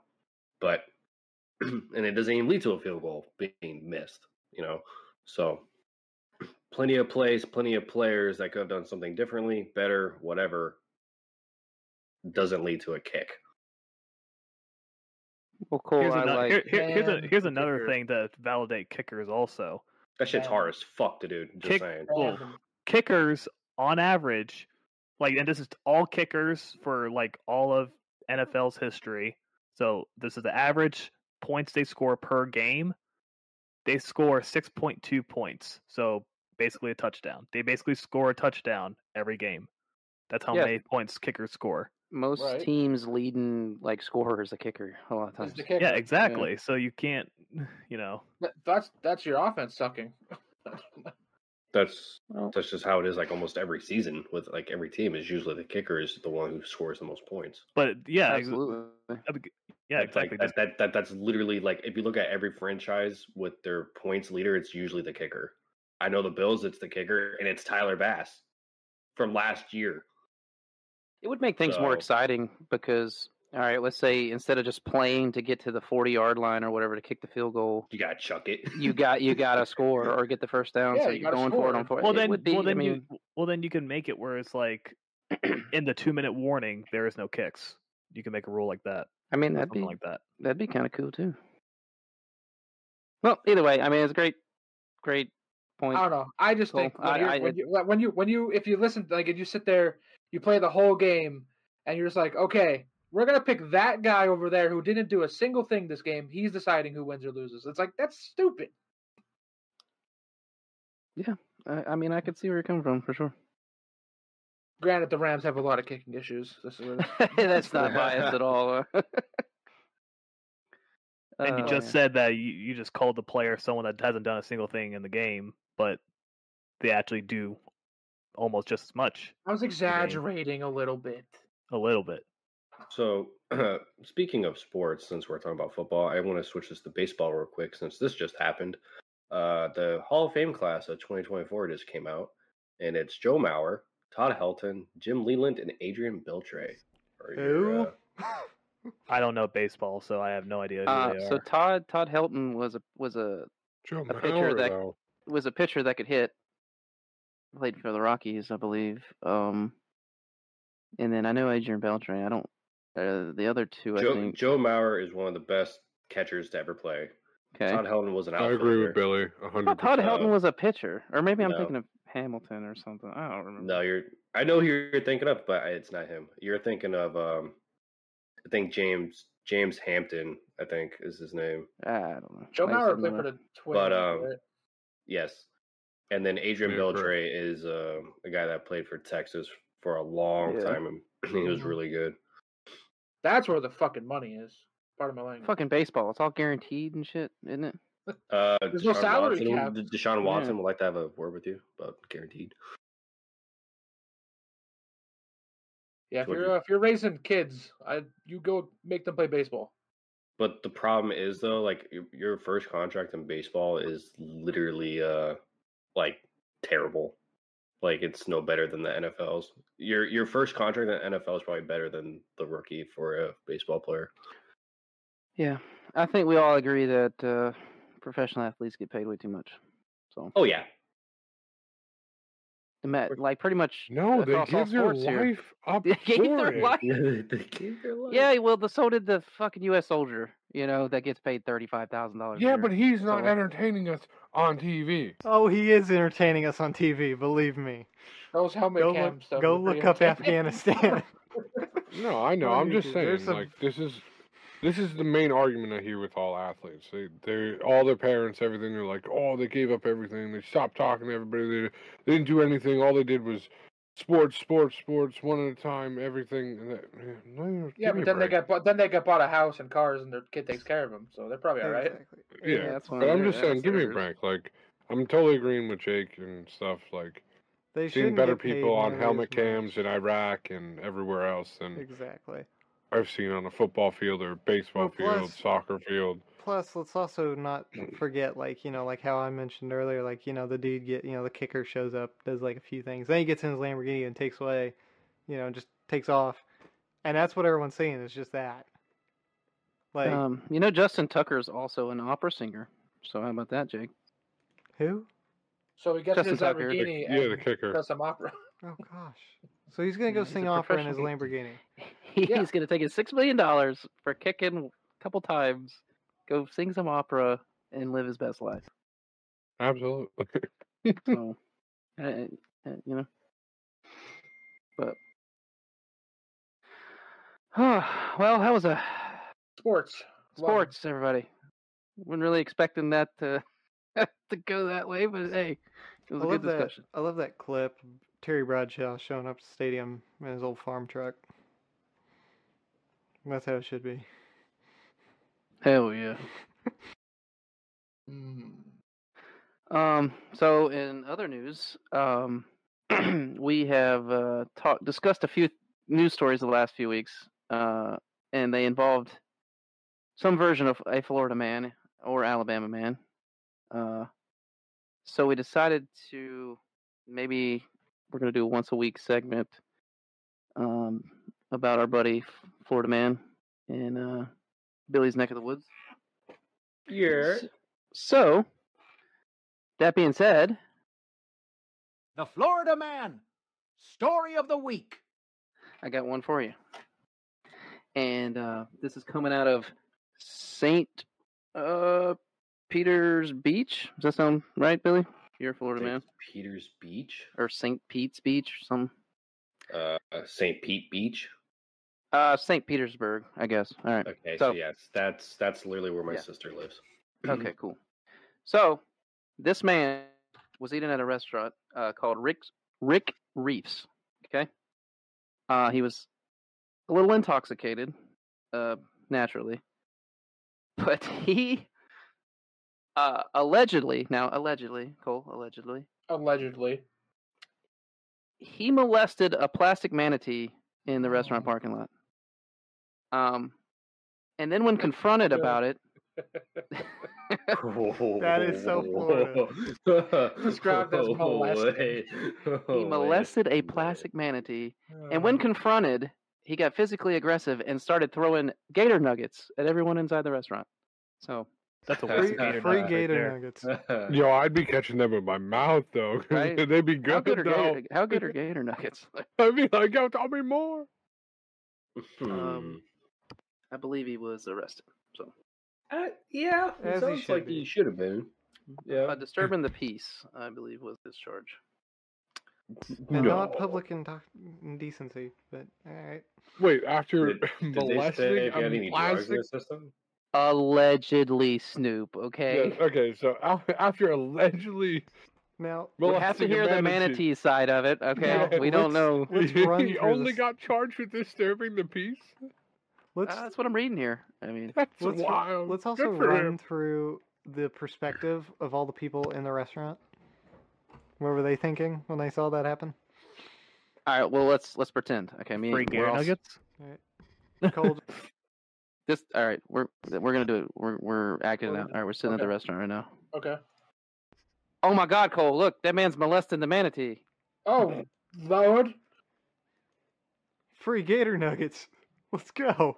S4: but <clears throat> and it doesn't even lead to a field goal being missed you know so <clears throat> plenty of plays plenty of players that could have done something differently better whatever doesn't lead to a kick
S1: Well, cool.
S7: Here's,
S1: I
S7: ano-
S1: like
S7: here- here- here's, a-
S5: Man,
S7: here's another
S5: kicker.
S7: thing to validate kickers also.
S4: that shit's
S5: Yeah.
S4: hard as fuck to do just
S7: Kick-
S4: saying
S7: Well, kickers on average, like, and this is all kickers for like all of NFL's history. So this is the average points they score per game. They score six point two points, so basically a touchdown. They basically score a touchdown every game. That's how
S1: Yeah.
S7: many points kickers score.
S1: most
S5: Right.
S1: teams leading like scorer is a kicker a lot of
S5: Is
S1: times.
S5: the kicker.
S7: Yeah, exactly. So you can't, <sighs> you know.
S5: That- That's that's your offense sucking.
S4: that's
S1: Well-
S4: that's just how it is like almost every season with like every team is usually the kicker is the one who scores the most points
S7: But yeah, ex-
S1: Absolutely.
S7: yeah,
S4: That's like-
S7: exactly.
S4: that, that, that that's literally like if you look at every franchise with their points leader, it's usually the kicker. I know the Bills, it's the kicker, and it's Tyler Bass from last year.
S1: It would make things more
S4: So-
S1: exciting because all right, let's say instead of just playing to get to the forty yard line or whatever to kick the field goal,
S4: You gotta chuck it.
S1: you got you got to score or get the first down.
S5: Yeah,
S1: so
S5: you
S1: you're
S5: gotta
S1: going for
S5: score.
S1: it on four.
S7: well
S1: it
S7: then
S1: would be,
S7: well then
S1: I mean,
S7: you well then you can make it where it's
S1: <clears throat>
S7: like in the two minute warning there is no kicks you can make a rule like that
S1: I mean that'd
S7: something
S1: be
S7: like that
S1: that'd be kind of cool too. Well, either way, I mean it's great, great point.
S5: I don't know. I just
S1: Cool.
S5: think when,
S1: I-
S5: you're,
S1: I-
S5: when you when you when you if you listen like if you sit there, you play the whole game, and you're just like, okay, we're gonna pick that guy over there who didn't do a single thing this game. He's deciding who wins or loses. It's like that's stupid.
S1: I, I mean I could see where you're coming from for
S5: <laughs>
S1: sure. <laughs>
S5: Granted, the Rams have a lot of kicking issues. This is what it-
S1: That's not biased at
S5: <laughs>
S1: all. Oh, uh.
S7: and you
S1: Oh,
S7: just
S1: man.
S7: said that you, you just called the player someone that hasn't done a single thing in the game but they actually do almost just as much,
S1: <laughs>
S5: I was exaggerating a little bit.
S7: a little bit.
S4: <laughs> So, <clears throat> speaking of sports, since we're talking about football, I want to switch this to baseball real quick since this just happened. Uh, the Hall of Fame class of 2024 just came out, and it's Joe Mauer, Todd Helton, Jim Leland, and Adrian Beltre. Are your,
S6: Who? <laughs>
S4: uh,
S7: I don't know baseball, so I have no idea who
S1: Uh,
S7: they
S1: so
S7: are.
S1: Todd Todd Helton was a was a
S2: Joe
S1: A pitcher
S2: Mauer,
S1: that-
S2: though.
S1: was a pitcher that could hit. Played for the Rockies, I believe. Um, and then I know Adrian Beltre. I don't. Uh, the other two, I
S4: Joe,
S1: think.
S4: Joe Mauer is one of the best catchers to ever play.
S1: okay.
S4: Todd Helton was an
S2: I
S4: outfielder.
S2: agree with Billy. a
S1: I
S2: hundred.
S1: thought Todd
S2: percent.
S1: Helton was a pitcher, or maybe I'm
S4: No.
S1: thinking of Hamilton or something. I don't remember.
S4: No, you're. I know who you're thinking of, but it's not him. You're thinking of. um I think James James Hampton. I think is his name.
S1: I don't know.
S5: Joe
S1: Like I
S5: Mauer
S1: said,
S5: played for
S1: another-
S5: the Twins.
S4: But, um,
S5: right?
S4: Yes. And then Adrian
S2: Yeah,
S4: Beltre
S2: correct.
S4: is uh, a guy that played for Texas for a long
S1: Yeah.
S4: time, and <clears throat> he was
S6: Mhm.
S4: really good.
S5: That's where the fucking money is. Part of my language.
S1: Fucking baseball. It's all guaranteed and shit, isn't it?
S4: Uh,
S5: There's no salary
S4: Watson,
S5: cap.
S4: D- Deshaun Watson would like to have a word with you about guaranteed.
S5: Yeah, if
S4: Jordan.
S5: you're uh, if you're raising kids, I you go make them play baseball.
S4: But the problem is though, like your, your first contract in baseball is literally uh like terrible. Like it's no better than the NFL's. Your your first contract in the NFL is probably better than the rookie for a baseball player.
S1: Yeah. I think we all agree that uh, professional athletes get paid way too much. So,
S4: Oh
S6: <laughs>
S4: yeah,
S1: the ma- like pretty much.
S2: No, they
S1: across all
S2: give their
S1: sports here.
S2: life
S5: <laughs>
S2: up
S1: <laughs> They gave
S2: for
S1: their
S2: it.
S1: life.
S4: yeah.
S1: Yeah, well, the, so did the fucking U.S. soldier. You know that gets paid thirty five thousand dollars.
S2: Yeah, but he's
S1: That's
S2: not
S1: all.
S2: entertaining us on TV.
S6: Oh, he is entertaining us on TV. Believe me.
S5: Those helmet
S6: Go
S5: cam
S6: look,
S5: stuff.
S6: go
S5: is pretty
S6: look up
S5: entertaining. <laughs>
S6: Afghanistan.
S2: No, I know.
S6: Well,
S2: I'm
S6: you
S2: just
S6: do- there's
S2: saying,
S6: some-
S2: like this is this is the main argument I hear with all athletes. They they all their parents, everything. They're like, oh, they gave up everything. They stopped talking to everybody. They, they didn't do anything. All they did was sports, sports, sports, one at a time, everything. And that, no, no,
S5: Yeah, <laughs>
S2: give me
S5: but
S2: a
S5: then they
S2: break.
S5: got bought, then they got bought a house and cars, and their kid takes care of them, so they're probably all right.
S6: <laughs> Exactly.
S2: yeah.
S1: Yeah, that's one
S2: But
S1: of
S2: I'm
S1: their-
S2: just saying,
S1: that's
S2: give me a
S1: theirs.
S2: break. Like I'm totally agreeing with Jake and stuff. Like
S6: They
S2: seeing
S6: shouldn't
S2: better
S6: get paid
S2: people on
S6: nearly
S2: helmet
S6: as
S2: cams in
S6: much.
S2: Iraq and everywhere else than
S6: Exactly.
S2: I've seen on a football field or baseball
S6: Well,
S2: field,
S6: plus-
S2: soccer field.
S6: Plus, let's
S1: <clears throat>
S6: also not forget, like you know, like how I mentioned earlier, like you know, the dude get you know the kicker shows up, does like a few things, then he gets in his Lamborghini and takes away, you know, just takes off, and that's what everyone's seeing is just that. Like
S1: Um, you know, Justin Tucker is also an opera singer. So how about that, Jake? <laughs>
S6: who?
S5: So he gets
S1: Justin
S5: his
S1: Tucker.
S2: The-
S5: Lamborghini
S2: yeah, the
S5: and
S2: kicker.
S5: does some opera. <laughs>
S6: Oh gosh. So he's gonna go
S1: He's a
S6: sing opera in his
S1: professional.
S6: Lamborghini.
S1: He's going to take his six million dollars for kicking a couple times, go sing some opera, and live his
S2: <laughs>
S1: best life. <laughs>
S2: Absolutely.
S1: So, uh, uh, you know,
S2: <sighs>
S1: but <sighs> well, that was a
S5: Sports. Love it.
S1: sports. Everybody, wasn't really expecting that to <laughs> to go that way, but hey, it was
S6: I
S1: a
S6: love
S1: good
S6: that.
S1: discussion.
S6: I love that clip. of Terry Bradshaw showing up to the stadium in his old farm truck. That's how it should be.
S1: Hell yeah.
S5: Mm.
S1: Um, so in other news, um, <clears throat> we have uh, talked discussed a few news stories the last few weeks, uh, and they involved some version of a Florida man or Alabama man. Uh, so we decided to maybe we're going to do a once a week segment um, about our buddy F- Florida man in uh, Billy's neck of the woods.
S4: You're
S1: So that being said,
S8: The Florida Man. Story of the week.
S1: I got one for you. And uh, this is coming out of St. Uh, Peter's Beach. Does that sound right, Billy? You're a Florida man.
S4: Peter's Beach,
S1: Or St. Pete's Beach or something.
S4: uh, St. Pete Beach.
S1: Uh, St. Petersburg, I guess.
S4: <clears throat>
S1: All right.
S4: Okay, so,
S1: So-
S4: yes, that's that's literally where my
S1: Yeah.
S4: sister lives. <laughs>
S1: Okay, cool. So, this man was eating at a restaurant uh, called Rick's, Rick Reefs. Okay. Uh, he was a little <laughs> intoxicated, uh, naturally, but he uh, allegedly, now allegedly, Cole, allegedly,
S5: Allegedly.
S1: he molested a plastic manatee in the restaurant parking lot. Um, and then when confronted
S5: Really?
S1: about it,
S6: That is so
S4: <laughs> Florida.
S5: Described
S4: Oh,
S5: as molesting.
S1: he molested a plastic manatee. And
S5: Uh-huh.
S1: when confronted, he got physically aggressive and started throwing gator nuggets at everyone inside the restaurant. So,
S7: That's a
S6: Free,
S7: waste of gator
S6: free
S1: uh,
S7: nuggets right
S6: gator
S7: there.
S1: <laughs>
S6: nuggets.
S2: Yo, I'd be catching them in my mouth though. <laughs> 'cause
S1: Right?
S2: They'd be
S1: how
S2: good,
S1: good are
S2: though.
S1: gator, how good are gator nuggets? <laughs>
S2: I'd be like, yo, tell me more.
S1: Um, I believe he was arrested.
S4: uh, yeah,
S6: As he
S4: it sounds
S6: should
S4: like
S6: be.
S4: he should have been. Yeah,
S1: Uh, disturbing the peace, I believe, was his charge.
S6: And
S4: No.
S6: not public indoc- indecency, but all right.
S2: Wait, after <laughs>
S4: Did- did they say
S2: molesting
S4: if you had
S2: a
S4: any drugs in
S2: plastic.
S4: the system?
S1: Allegedly, Snoop.
S2: Yeah,
S1: Okay,
S2: okay, so af- after allegedly
S6: Now,
S1: we have to
S2: molesting a
S1: hear the manatee side of it. Okay,
S6: Yeah,
S1: we don't
S6: let's-
S1: know.
S4: <laughs>
S6: Let's
S2: <laughs>
S6: run
S2: he
S6: through
S2: only
S6: this.
S2: got charged with disturbing the peace.
S6: let's
S1: Uh, that's what I'm reading here. I mean,
S2: That's
S6: let's,
S2: wild.
S6: let's
S2: Good
S6: also
S2: for
S6: run
S2: him.
S6: through the perspective of all the people in the restaurant. What were they thinking when they saw that happen?
S1: all right. Well, let's let's pretend. Okay, me.
S7: Free
S1: and we're
S7: gator
S1: all s-
S7: nuggets.
S6: Cold.
S1: This. All right. We're we're gonna do it. We're we're acting it
S5: We're
S1: out. All right. We're sitting at
S5: okay.
S1: the restaurant right now.
S5: Um, Okay.
S1: Oh my God, Cole! Look, that man's molesting the manatee.
S5: Oh,
S2: <laughs>
S5: Lord.
S6: free gator nuggets. Let's go.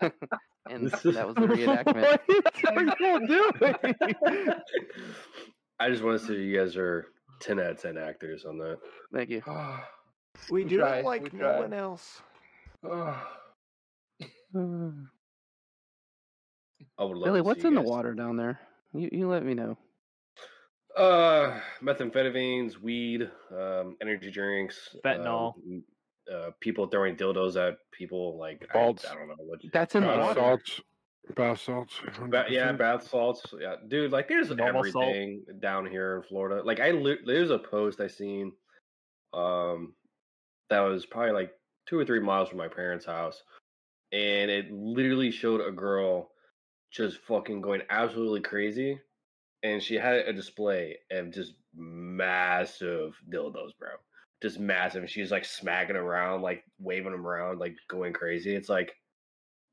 S1: And that was the
S5: <laughs>
S1: reenactment.
S4: <laughs>
S7: what are you doing?
S4: <laughs> I just want to say you guys are ten out of ten actors on that.
S1: Thank you.
S6: We
S5: We
S6: do
S5: tried,
S6: it
S5: we
S6: like no
S5: tried.
S6: one else.
S4: I would love
S1: Billy,
S4: to see
S1: what's
S4: you
S1: in the
S4: guys-
S1: water down there? You you let me know.
S4: Uh, methamphetamines, weed, um, energy drinks,
S7: Fentanyl.
S4: um, uh, people throwing dildos at people. Like I, I
S2: Salts.
S4: don't know what.
S1: That's in the
S4: Uh,
S2: Bath
S1: water.
S2: salts. Bath salts.
S4: Ba- yeah,
S2: 100%.
S4: bath salts. Yeah, dude. Like there's
S7: Normal salt.
S4: everything down here in Florida. Like I li- there's a post I seen, um, that was probably like two or three miles from my parents' house, and it literally showed a girl just fucking going absolutely crazy, and she had a display of just massive dildos, bro. Just massive. And she's like smacking around, like waving them around, like going crazy. It's like,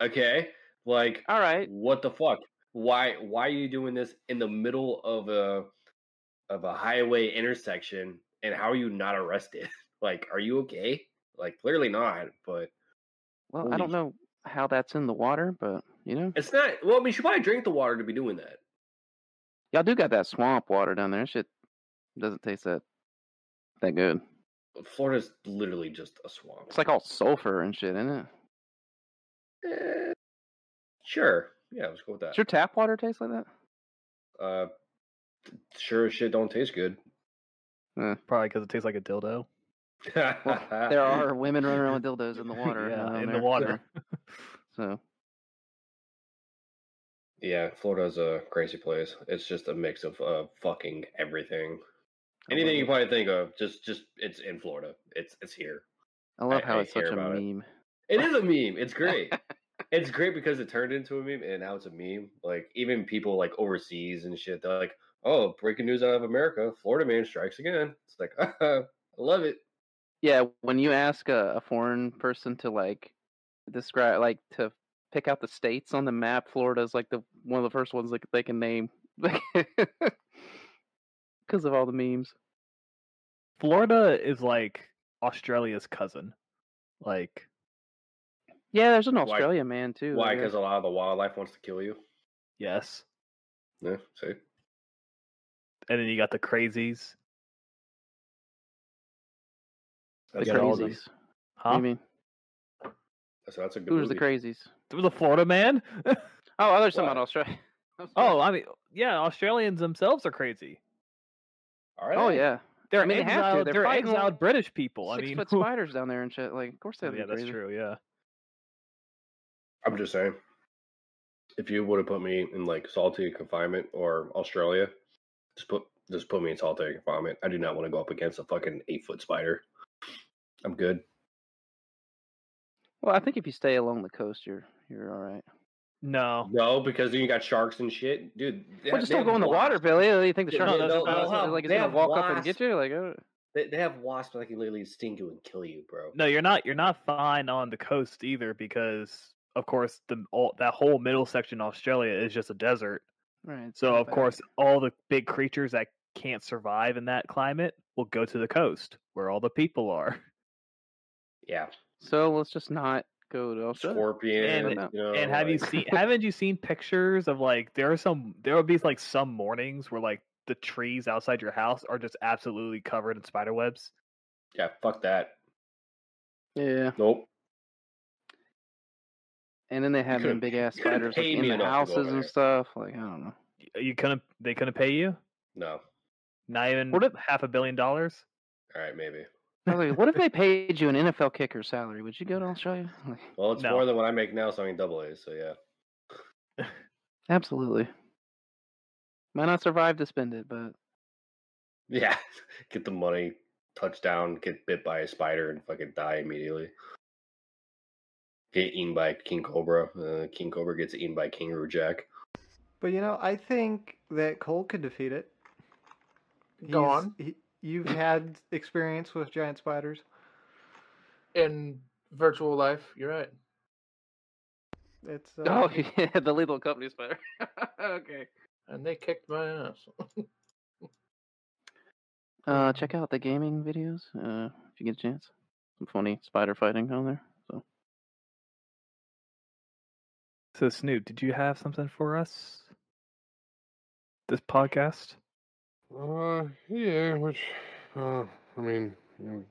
S4: okay, like
S1: All right.
S4: what the fuck? Why why are you doing this in the middle of a of a highway intersection and how are you not arrested? <laughs> Like, are you okay? Like clearly not, but
S1: Well,
S4: Holy
S1: I don't
S4: sh-
S1: know how that's in the water, but you know,
S4: it's not well, I mean she probably drank the water to be doing that.
S1: y'all do got that swamp water down there. Shit doesn't taste that that good.
S4: Florida's literally just a swamp.
S1: It's like all sulfur and shit, isn't it?
S4: Eh, sure. Yeah, let's go with that.
S1: Does your tap water taste like that?
S4: Uh sure as shit don't taste good.
S7: Probably because it tastes like a dildo.
S4: <laughs>
S1: Well, there are women running around with dildos in the water.
S7: Yeah,
S1: down
S7: in the
S1: there,
S7: water.
S1: <laughs> So,
S4: Yeah, Florida's a crazy place. It's just a mix of uh, fucking everything.
S1: I love
S4: Anything you
S1: it.
S4: can probably think of, just just it's in Florida. It's it's here.
S1: I love
S4: I-
S1: how
S4: I
S1: it's such
S4: hear
S1: a
S4: about it.
S1: meme.
S4: It is
S1: <laughs>
S4: a meme. It's great. it's great because it turned into a meme and now it's a meme. Like even people like overseas and shit, they're like, "Oh, breaking news out of America: Florida man strikes again." It's like, <laughs> I love it.
S1: Yeah, when you ask a, a foreign person to like describe, like to pick out the states on the map, Florida's like the one of the first ones that they can name <laughs> because of all the memes.
S7: Florida is like Australia's cousin. Like
S1: Yeah, there's an
S4: Why-
S1: Australia man too.
S4: Why?
S1: over
S4: Because a lot of the wildlife wants to kill you.
S7: yes,
S4: Yeah, see.
S7: and then you got the crazies.
S1: there. the
S7: got all of them.
S1: crazies. What do
S7: Huh?
S1: you mean?
S4: So that's a good.
S1: Who's the
S4: movie.
S1: crazies?
S7: There was a Florida
S1: <laughs>
S7: man.
S1: Oh, oh, there's some
S4: What?
S1: about Australia. <laughs> I'm sorry.
S7: oh, I mean, yeah, Australians themselves are crazy.
S4: All right.
S1: oh yeah,
S7: They're
S1: I mean, they have to.
S7: exiled.
S1: They're
S7: They're
S1: fighting
S7: exiled British people. I
S1: six
S7: mean,
S1: foot
S7: <laughs> who-
S1: spiders down there and shit. Like, of course they
S7: Oh, yeah,
S1: would be
S7: that's
S1: crazy.
S7: true. Yeah,
S4: I'm just saying. If you would have put me in like solitary confinement or Australia, just put just put me in solitary confinement. I do not want to go up against a fucking eight foot spider. I'm good.
S1: Well, I think if you stay along the coast, you're you're all right.
S7: No.
S4: No, because then you got sharks and shit, dude. they
S1: Well,
S4: ha-
S1: just
S4: they
S1: don't
S4: have
S1: go in the water,
S4: wasps.
S1: Billy. You think the
S4: Yeah,
S1: shark
S7: no,
S1: is
S7: they'll- they'll
S4: have-
S1: like it's
S4: they
S1: gonna
S4: have
S1: walk up and
S4: wasps.
S1: get you? Like, oh.
S4: They, they have wasps that can literally sting you and kill you, bro.
S7: No, you're not. You're not fine on the coast either, because of course the all, that whole middle section of Australia is just a desert.
S1: right. it's
S7: So
S1: not
S7: of
S1: bad.
S7: course all the big creatures that can't survive in that climate will go to the coast where all the people are.
S4: Yeah,
S1: So let's just not go to Australia.
S4: scorpion.
S1: And-
S4: you know,
S7: and have you <laughs>
S4: like-
S7: seen? haven't you seen pictures of like there are some? There will be like some mornings where like the trees outside your house are just absolutely covered in spider webs.
S4: Yeah, fuck that.
S1: Yeah.
S4: Nope.
S1: And then they have
S4: could've-
S1: them big
S4: <laughs>
S1: ass
S4: you could've
S1: spiders like,
S4: paid
S1: in
S4: me
S1: the
S4: enough to go
S1: houses
S4: there.
S1: and stuff. Like, I don't know.
S7: Y- uh, You couldn't. They couldn't pay you.
S4: No.
S7: Not even
S1: What if-
S7: half a billion dollars.
S4: All right, maybe.
S1: I was like, what if they paid you an NFL kicker salary? Would you go to Australia? <laughs> Like,
S4: Well, it's
S7: No.
S4: more than what I make now, so I mean double A's. So yeah.
S1: absolutely. Might not survive to spend it,
S4: <laughs>
S1: but <laughs>
S4: Yeah. <laughs> Get the money, touchdown, get bit by a spider and fucking die immediately. Get eaten by a king cobra. Uh, king cobra gets eaten by kangaroo jack.
S6: But you know, I think that Cole could defeat it.
S5: Go
S6: He's-
S5: on.
S6: He, you've had experience with giant spiders.
S5: <sighs> in virtual life. You're right.
S6: It's uh,
S1: oh yeah, the lethal company spider. <laughs> okay.
S5: And they kicked my ass.
S1: Uh, check out the gaming videos uh, if you get a chance. Some funny spider fighting on there. So
S7: So Snoop, did you have something for us? This podcast?
S2: Uh, yeah, which, uh, I mean, you know,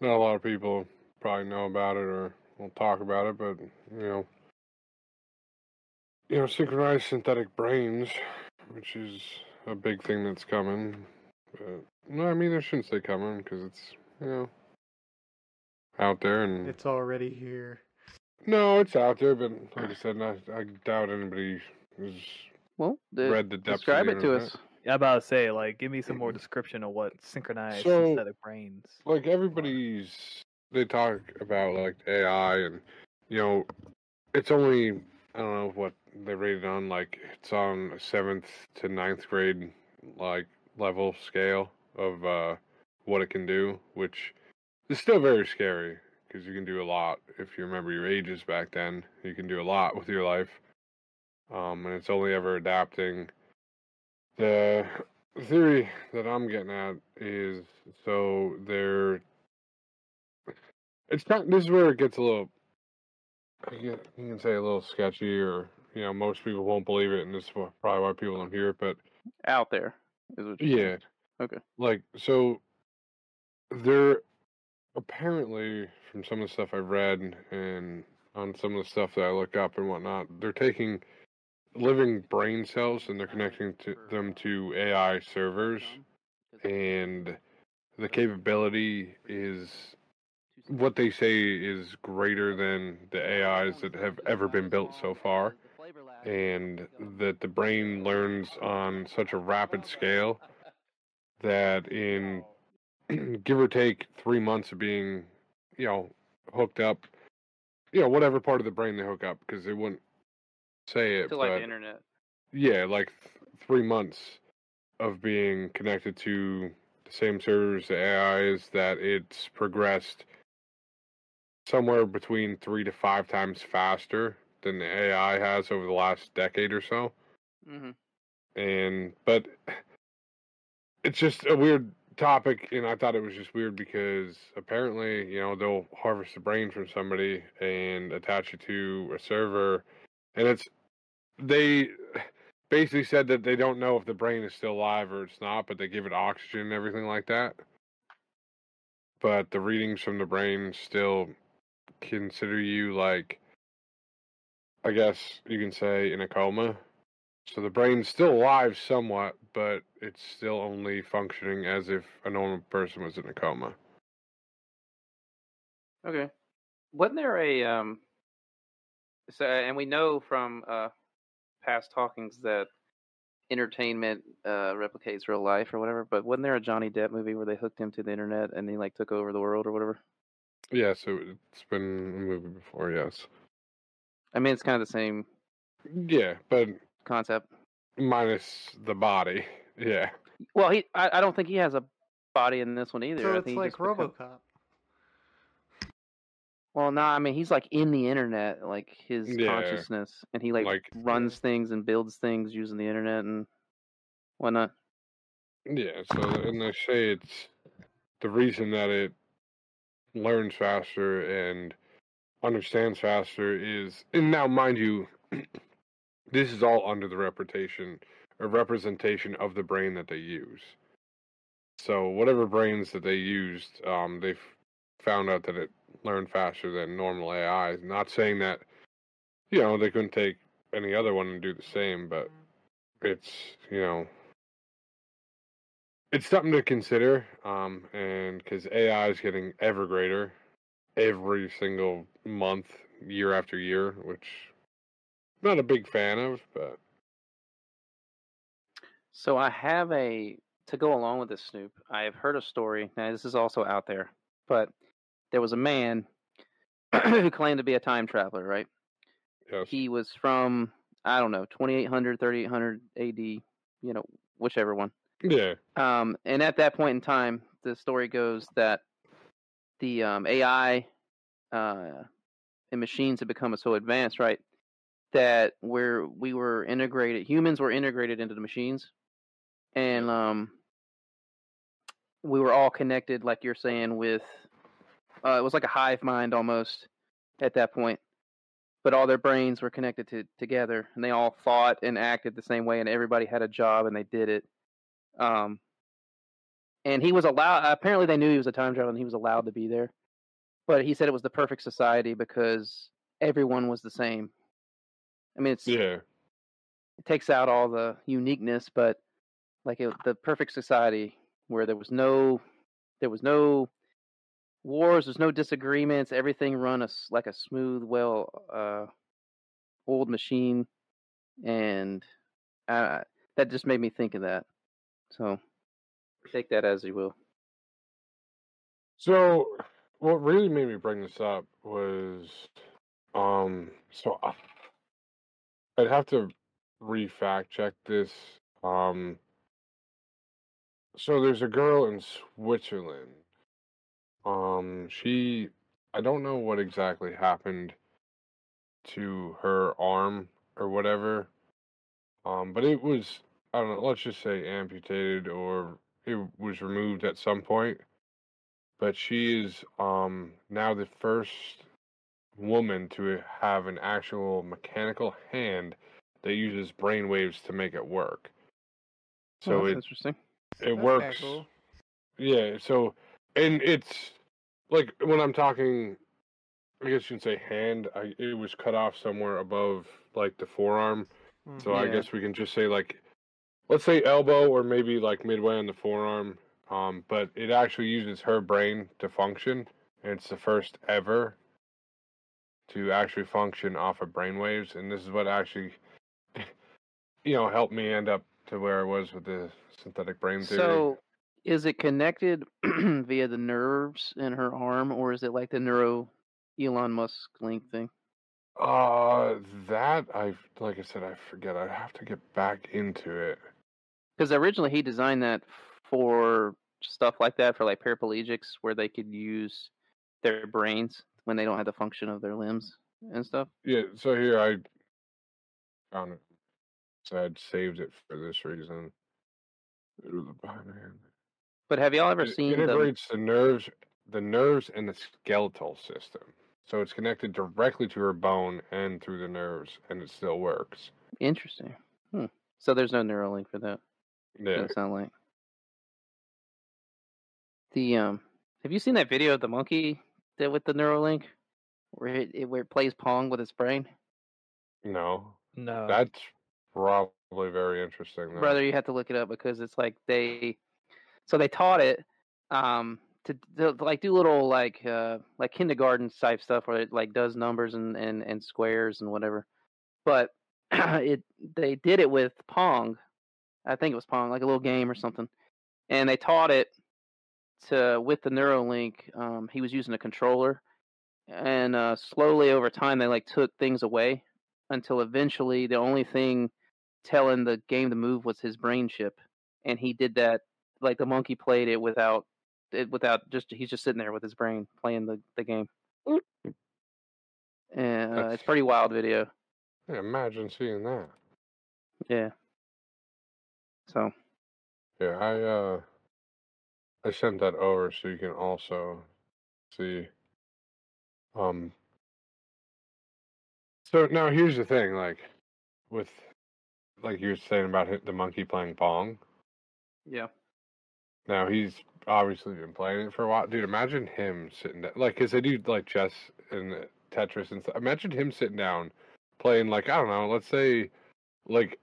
S2: not a lot of people probably know about it or will talk about it, but you know, you know, synchronized synthetic brains, which is a big thing that's coming. But, no, I mean, I shouldn't say coming because it's you know out there and
S6: it's already here.
S2: no, it's out there, but like I said, I, I doubt anybody has
S1: well, the,
S2: read the depth. of
S1: describe
S2: the
S1: it to
S2: internet.
S1: us.
S7: Yeah, I about to say, like, give me some more description of what synchronized
S2: So-
S7: synthetic brains.
S2: like everybody's they talk about like AI and you know it's only I don't know what they rated on like it's on a seventh to ninth grade like level scale of uh what it can do, which is still very scary because you can do a lot if you remember your ages back then. You can do a lot with your life, um, and it's only ever adapting. The theory that I'm getting at is so they're. It's not. This is where it gets a little. I gue- You can say a little sketchy, or you know, most people won't believe it, and this is wh- probably why people don't hear it. But
S1: Out there is what you're
S2: yeah.
S1: saying. Okay.
S2: Like so there apparently from some of the stuff I've read and on some of the stuff that I look up and whatnot, they're taking living brain cells and they're connecting to them to AI servers and the capability is what they say is greater than the AIs that have ever been built so far and that the brain learns on such a rapid scale that in <clears throat> give or take three months of being, you know, hooked up, you know, whatever part of the brain they hook up, because they wouldn't say it.
S1: to like
S2: but
S1: the internet.
S2: yeah, like th- three months of being connected to the same servers, the AIs, that it's progressed somewhere between three to five times faster than the AI has over the last decade or so
S1: hmm
S2: and but it's just a weird topic and i thought it was just weird because apparently you know they'll harvest the brain from somebody and attach it to a server and it's they basically said that they don't know if the brain is still alive or it's not but they give it oxygen and everything like that but the readings from the brain still consider you like i guess you can say in a coma so the brain's still alive somewhat, but it's still only functioning as if a normal person was in a coma.
S1: Okay. Wasn't there a um? So, and we know from uh, past talkings that entertainment uh, replicates real life or whatever. But wasn't there a Johnny Depp movie where they hooked him to the internet and he like took over the world or whatever?
S2: Yeah, so it's been a movie before, yes.
S1: I mean, it's kind of the same
S2: Yeah, but
S1: concept.
S2: minus the body. <laughs> Yeah.
S1: Well, he I, I don't think he has a body in this one either.
S6: So
S1: I
S6: it's
S1: think he
S6: like
S1: just become-
S6: RoboCop.
S1: Well, no, I mean he's like in the internet, like his
S2: Yeah.
S1: consciousness, and he like,
S2: Like-
S1: runs things and builds things using the internet and whatnot.
S2: Yeah, so and they say it's the reason that it learns faster and understands faster is and now mind you <clears throat> this is all under the reputation or representation of the brain that they use. So whatever brains that they used, um, they found out that it learned faster than normal AI. Not saying that you know they couldn't take any other one and do the same, but it's you know it's something to consider um and because ai is getting ever greater every single month year after year which I'm not a big fan of but
S1: So I have a to go along with this Snoop. I have heard a story. Now this is also out there, but there was a man <clears throat> who claimed to be a time traveler, right?
S2: yes
S1: he was from I don't know 2800 3800 AD, you know, whichever one.
S2: yeah
S1: Um, and at that point in time, the story goes that the um, AI uh, and machines had become so advanced, right, that where we were integrated, humans were integrated into the machines, and um, we were all connected, like you're saying, with uh, it was like a hive mind almost at that point. But all their brains were connected to together, and they all thought and acted the same way, and everybody had a job and they did it. Um, and he was allowed. Apparently, they knew he was a time traveler, and he was allowed to be there. But he said it was the perfect society because everyone was the same. I mean, it's,
S2: yeah
S1: it takes out all the uniqueness, but like it, the perfect society where there was no, there was no wars, there's no disagreements. Everything run as like a smooth, well, uh, old machine, and uh, that just made me think of that. So take that as you will.
S2: so what really made me bring this up was um so I, i'd have to re-fact check this um so there's a girl in Switzerland. Um, she, I don't know what exactly happened to her arm or whatever. Um, but it was, I don't know, let's just say amputated or it was removed at some point. But she is, um, now the first woman to have an actual mechanical hand that uses brain waves to make it work. So
S1: that's
S2: it
S1: interesting.
S2: it
S6: That's kinda
S2: works.
S6: cool.
S2: Yeah. So, and it's like when I'm talking, I guess you can say hand. I it was cut off somewhere above like the forearm.
S6: Mm.
S2: So I
S1: Yeah.
S2: guess we can just say like, let's say elbow or maybe like midway on the forearm. Um, but it actually uses her brain to function, and it's the first ever to actually function off of brainwaves. And this is what actually, <laughs> you know, helped me end up to where I was with the synthetic brain theory.
S1: So is it connected <clears throat> via the nerves in her arm, or is it like the neuro Elon Musk link thing?
S2: Uh, that I like I said, I forget. I'd have to get back into it.
S1: Because originally he designed that for stuff like that, for like paraplegics, where they could use their brains when they don't have the function of their limbs and stuff.
S2: Yeah, so here I found it. So I'd saved it for this reason. It was a binary.
S1: But have y'all ever
S2: It
S1: seen the?
S2: integrates the nerves, the nerves, and the skeletal system. So it's connected directly to her bone and through the nerves, and it still works.
S1: Interesting. Hmm. So there's no neural link for that.
S2: Yeah.
S1: doesn't sound like. The um, have you seen that video of the monkey that with the Neuralink, where it, it where it plays pong with its brain?
S2: No,
S3: No.
S2: that's probably very interesting. Though.
S1: Uh Brother, you have to look it up because it's like they, so they taught it, um, to, to like do little like uh like kindergarten type stuff where it like does numbers and and and squares and whatever, but <clears throat> it they did it with pong, I think it was pong like a little game or something, and they taught it to with the Neuralink, um, he was using a controller, and uh, slowly over time they like took things away until eventually the only thing telling the game to move was his brain chip, and he did that like the monkey played it without it without just he's just sitting there with his brain playing the the game. And uh,
S2: That's-
S1: it's pretty wild video.
S2: Yeah, imagine seeing that.
S1: Yeah. So
S2: Yeah, I uh I sent that over so you can also see. Um So now here's the thing, like with like you were saying about hi- the monkey playing pong.
S1: yeah,
S2: Now he's obviously been playing it for a while. Dude, imagine him sitting down like cuz they do like chess and Tetris and stuff. Imagine him sitting down playing like I don't know, let's say like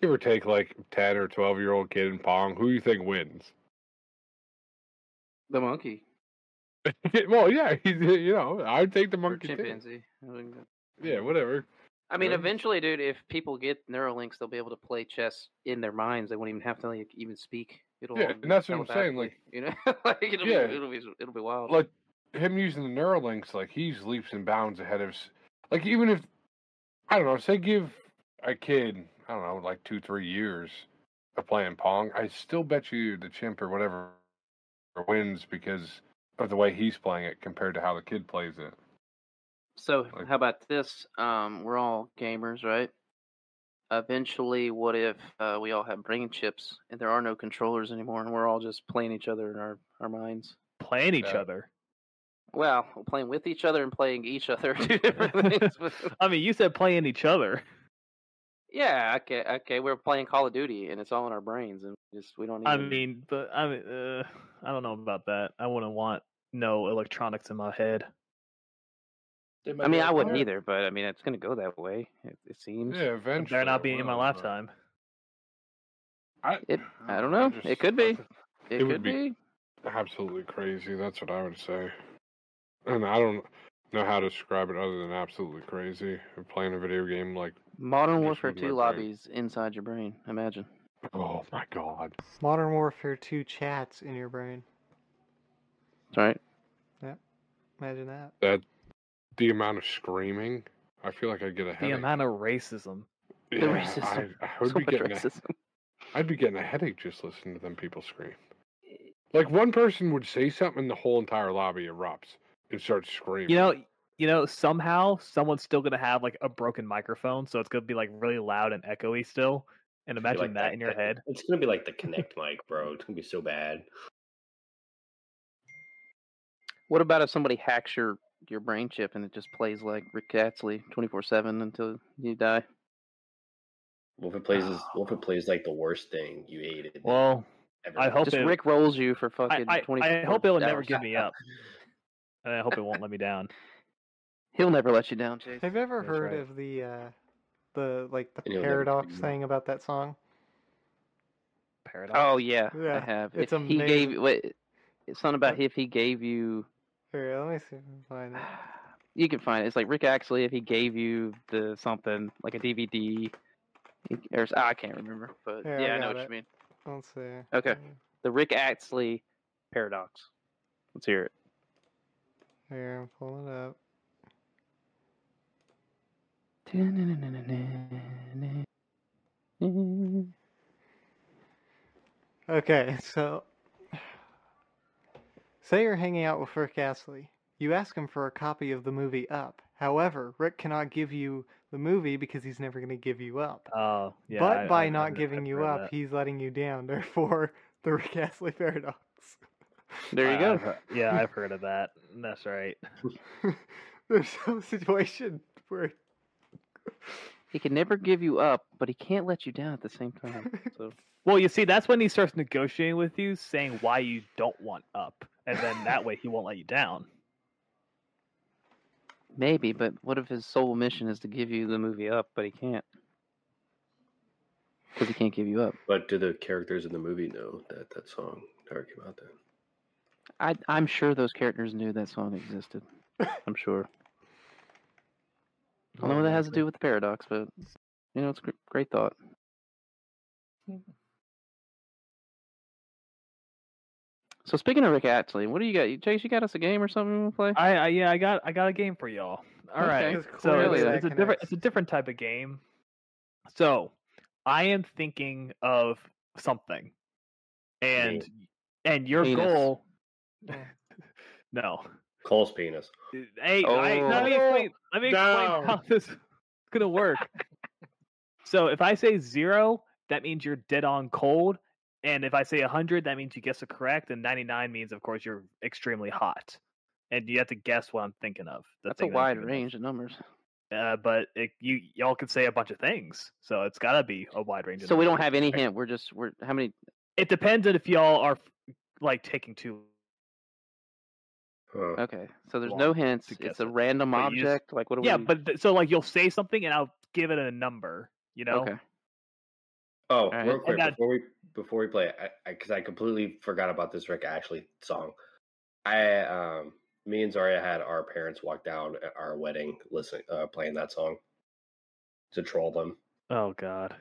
S2: give or take like 10 or 12 year old kid in pong, who you think wins? <laughs>
S1: the monkey
S2: well, yeah, he's, you know, I'd take the
S1: or
S2: monkey. too.
S1: chimpanzee. I think that-
S2: Yeah, whatever.
S1: I mean,
S2: Right.
S1: eventually, dude, if people get Neuralinks, they'll be able to play chess in their minds. They won't even have to like even speak. It'll
S2: Yeah,
S1: all
S2: and
S1: be
S2: that's what I'm saying,
S1: telepathically, you know, <laughs> like it'll
S2: Yeah.
S1: be it'll be it'll be wild.
S2: Like him using the Neuralinks, like he's leaps and bounds ahead of. s- Like even if I don't know, say give a kid I don't know, like two three years of playing pong, I still bet you the chimp or whatever wins because of the way he's playing it compared to how the kid plays it.
S1: So
S2: Like-
S1: how about this? Um, we're all gamers, right? Eventually, what if uh, we all have brain chips and there are no controllers anymore, and we're all just playing each other in our, our minds?
S7: Playing each
S2: Yeah.
S7: other.
S1: Well, playing with each other and playing each other are two <laughs>
S2: <laughs>
S1: different things. But
S7: <laughs> I mean, you said playing each other.
S1: yeah, okay, okay, we're playing Call of Duty and it's all in our brains, and just we don't. Even,
S7: I mean, but I mean, uh, I don't know about that. I wouldn't want no electronics in my head.
S5: They might
S1: I
S5: be
S1: mean,
S5: like,
S1: I wouldn't
S5: "Alright,
S1: either, but I mean, it's gonna go that way. It, it seems.
S2: Yeah, eventually.
S7: They're not
S2: it
S7: being in my
S2: will, but-
S7: lifetime.
S2: I,
S1: It- I don't know. It could be. It,
S2: It
S1: could
S2: would be-
S1: be.
S2: absolutely crazy. That's what I would say. And I don't know how to describe it other than absolutely crazy. I'm playing a video game like,
S1: Modern
S2: Just
S1: Warfare
S2: with my
S1: Two
S2: brain.
S1: lobbies inside your brain. Imagine.
S2: oh my god.
S6: Modern Warfare 2 chats in your brain.
S1: That's <laughs> right.
S6: Imagine that.
S2: The amount of screaming. I feel like I'd get a
S7: The
S2: headache.
S7: amount of racism.
S2: yeah,
S1: racism.
S2: I, I would
S1: so
S2: be
S1: much
S2: getting a,
S1: racism.
S2: I'd be getting a headache just listening to them people scream. Like one person would say something and the whole entire lobby erupts and starts screaming.
S7: You know, you know. Somehow, someone's still gonna have like a broken microphone, so it's gonna be like really loud and echoey still. And
S4: Be
S7: imagine
S4: like
S7: that, in your head.
S4: It's gonna be
S7: <laughs>
S4: like the Connect mic, bro. It's gonna be so bad.
S1: What about if somebody hacks your your brain chip and it just plays like Rick Astley twenty four seven until you die?
S4: What if it plays? is- What if it plays like the worst thing you ate? it
S7: Well,
S4: ever
S7: I
S4: ate?
S7: hope
S1: Just
S7: it-
S1: Rick rolls you for fucking
S7: I,
S1: twenty.
S7: I, I hope it will never give me up, and I hope it won't let me down.
S1: He'll never let you down, Chase.
S6: Have you ever
S7: That's
S6: heard
S7: right.
S6: of the uh the like the
S4: And you'll never
S6: paradox
S4: see me.
S6: thing about that song?
S7: Paradox.
S1: Oh yeah, I
S6: Yeah,
S1: have.
S6: it's
S1: if he gave
S6: amazing.
S1: wait, it's something about if he gave you.
S6: Here, let me see if I can find it.
S1: You can find it. It's like Rick Axley if he gave you the something like a DVD, he- or s- I can't remember, but
S6: Yeah,
S1: yeah,
S6: I
S1: I know
S6: got
S1: what
S6: it.
S1: you mean.
S2: Ah.
S6: Let's see.
S1: Okay.
S6: Uh,
S1: The Rick Axley paradox. Let's hear it.
S6: Here, I'm pulling it up. Okay, <laughs> so say you're hanging out with Rick Astley. You ask him for a copy of the movie Up. However, Rick cannot give you the movie because he's never going to give you up.
S7: Oh, yeah.
S6: but
S7: I-
S6: by
S7: I- I
S6: not
S7: heard-
S6: giving
S7: I've
S6: you
S7: heard
S6: up,
S7: that.
S6: he's letting you down. <laughs> Therefore, the Rick Astley paradox. <laughs>
S1: There you
S7: I-
S1: go.
S7: I've heard- yeah, I've heard of that. That's right.
S6: There's some situation where
S1: He can never give you up, but he can't let you down at the same
S6: <laughs>
S1: time. So
S7: Well, you see, that's when he starts negotiating with you, saying why you don't want up, and then that way he won't let you <laughs> down.
S1: maybe, but what if his sole mission is to give you the movie up, but he can't? Because he can't give you up.
S4: But do the characters in the movie know that that song never came out then?
S1: I, I'm sure those characters knew that song existed.
S7: <laughs>
S1: I'm sure. I don't know what that has to do with the paradox, but you know, it's a gr- great thought. So speaking of Rick Astley, what do you got? You- Chase, you got us a game or something you want to play?
S7: I, I yeah, I got I got a game for y'all.
S1: All right. Okay.
S6: Because
S7: So
S6: clearly
S7: it's,
S6: that
S7: it's a different
S6: connects.
S7: it's a different type of game. So I am thinking of something, and and your
S1: Penis.
S6: <laughs>
S7: goal. <laughs> no,
S4: Cole's penis.
S7: hey, I, let me
S5: Oh,
S7: explain. Let me explain
S5: down.
S7: how <laughs> this is gonna work. so if I say zero, that means you're dead on cold, and if I say hundred, that means you guess it correct, and ninety nine means, of course, you're extremely hot, and you have to guess what I'm thinking of. the
S1: That's a
S7: thing that I'm
S1: wide
S7: thinking of
S1: range of numbers.
S7: uh, but it, you y'all can say a bunch of things, so it's gotta be a wide range. of
S1: So we don't
S7: numbers.
S1: have any hint. We're just we're how many?
S7: It depends on if y'all are like taking too.
S4: Huh.
S1: Okay, so there's
S7: Long
S1: no hints. It's
S7: guess
S1: a
S7: it.
S1: random
S7: But you just-
S1: object. Like what do we?
S7: Yeah, but th- so like you'll say something and I'll give it a number. You know,
S1: okay.
S4: Oh,
S1: right.
S4: real
S1: And
S4: quick
S7: that-
S4: before we before we play, because I, completely forgot about this Rick Ashley song. I um, me and Zaria had our parents walk down at our wedding, listening, uh, playing that song to troll them.
S7: oh god,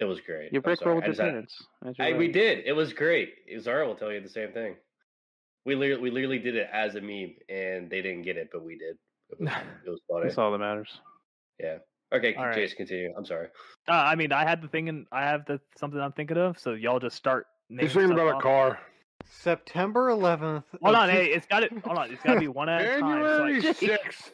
S4: It was great.
S1: You
S4: I'm
S1: brick
S4: sorry,
S1: rolled
S4: I
S1: your
S4: just had-
S1: parents. as your
S4: I, we
S1: way.
S4: did. It was great. Zara will tell you the same thing. We literally, we literally did it as a meme, and they didn't get it, but we did. It
S1: <laughs>
S4: was, it was funny.
S1: That's all that matters.
S4: Yeah. Okay,
S7: All right.
S4: Jason, continue. I'm sorry.
S7: uh, I mean, I had the thing and I have the something I'm thinking of, so y'all just start.
S2: He's
S7: naming
S2: thinking
S7: stuff
S2: about a
S7: off.
S2: car.
S6: September 11th.
S7: Hold
S6: of
S7: on,
S6: two-
S7: hey, it's got to Hold on, it's got to be one at a time. So I,
S1: <laughs>
S2: January sixth.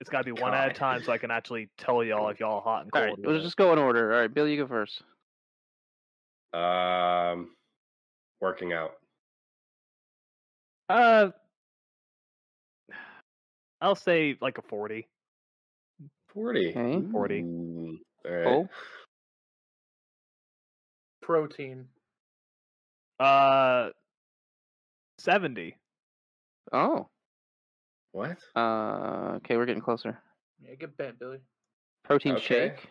S7: it's got to be one at a
S4: God.
S7: time, so I can actually tell y'all if y'all are hot and
S1: All
S7: cold.
S1: right,
S7: or
S1: let's
S7: not.
S1: just go in order. All right, Bill, you go first.
S4: Um, working out.
S7: Uh, I'll say like a forty.
S4: 40.
S1: Okay. Oh,
S7: 40.
S4: Ooh, All right.
S1: Cole?
S5: Protein.
S7: Uh, seventy.
S1: Oh,
S4: What?
S1: uh, okay, we're getting closer.
S5: Yeah, get bent, Billy.
S1: Protein
S4: Okay.
S1: shake.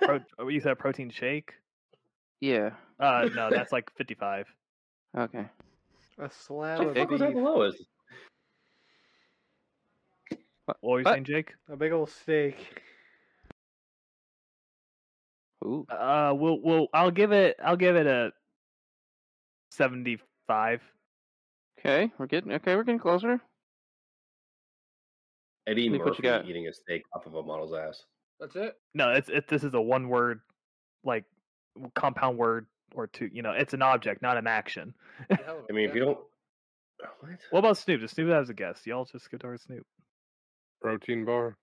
S7: Pro- oh, you said protein shake.
S1: Yeah.
S7: Uh,
S2: <laughs>
S7: no, that's like fifty-five.
S1: Okay.
S6: A slab
S4: What the
S6: of
S4: fuck was that
S6: beef.
S4: the lowest?
S7: What were you
S1: What?
S7: saying, Jake?
S6: A big old steak.
S1: Ooh.
S7: Uh, we'll we'll I'll give it I'll give it a seventy-five.
S1: Okay, we're getting okay. We're getting closer.
S4: Eddie
S1: Nick, what
S4: Murphy
S1: you got?
S4: eating a steak off of a model's ass.
S5: That's it.
S7: No, it's it. This is a one-word, like w- compound word or two. You know, it's an object, not an action.
S5: The hell of
S4: I
S5: it,
S4: mean, if
S5: yeah.
S4: you don't. uh, What?
S7: What about Snoop? Does Snoop has a guess? Y'all just go towards Snoop.
S2: Protein bar.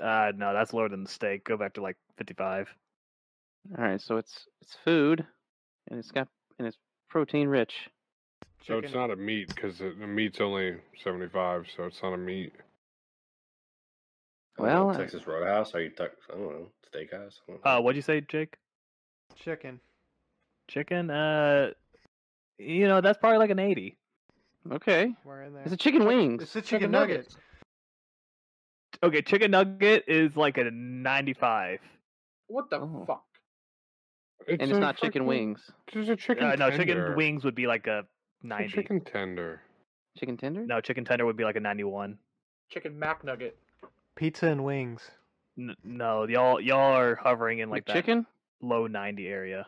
S7: Uh, no, that's lower than the steak. Go back to like fifty-five.
S1: All right, so it's it's food, and it's got and it's protein rich.
S2: So it's not a meat because the the meat's only seventy five. So it's not a meat.
S4: I don't know,
S1: Well, I-
S4: Texas Roadhouse? Are you? Tuck, I don't know. Steakhouse? I don't know.
S7: Uh, what'd you say, Jake?
S6: Chicken.
S7: Chicken. Uh, you know, that's probably like an eighty.
S1: Okay.
S6: We're in there.
S1: It's a chicken wings.
S6: It's a chicken nugget.
S7: Okay, chicken nugget is like a 95.
S5: What the
S1: Oh.
S5: fuck?
S1: and it's
S2: a
S1: not chicken
S2: fucking-
S1: wings.
S2: It's a chicken.
S7: Uh, no, chicken
S2: tender.
S7: wings would be like a
S2: It's a
S7: 90.
S2: Chicken tender.
S1: Chicken tender?
S7: No, chicken tender would be like a 91.
S5: Chicken mac nugget.
S6: Pizza and wings.
S7: N- no, y'all y'all are hovering in like that
S1: chicken?
S7: low 90 area.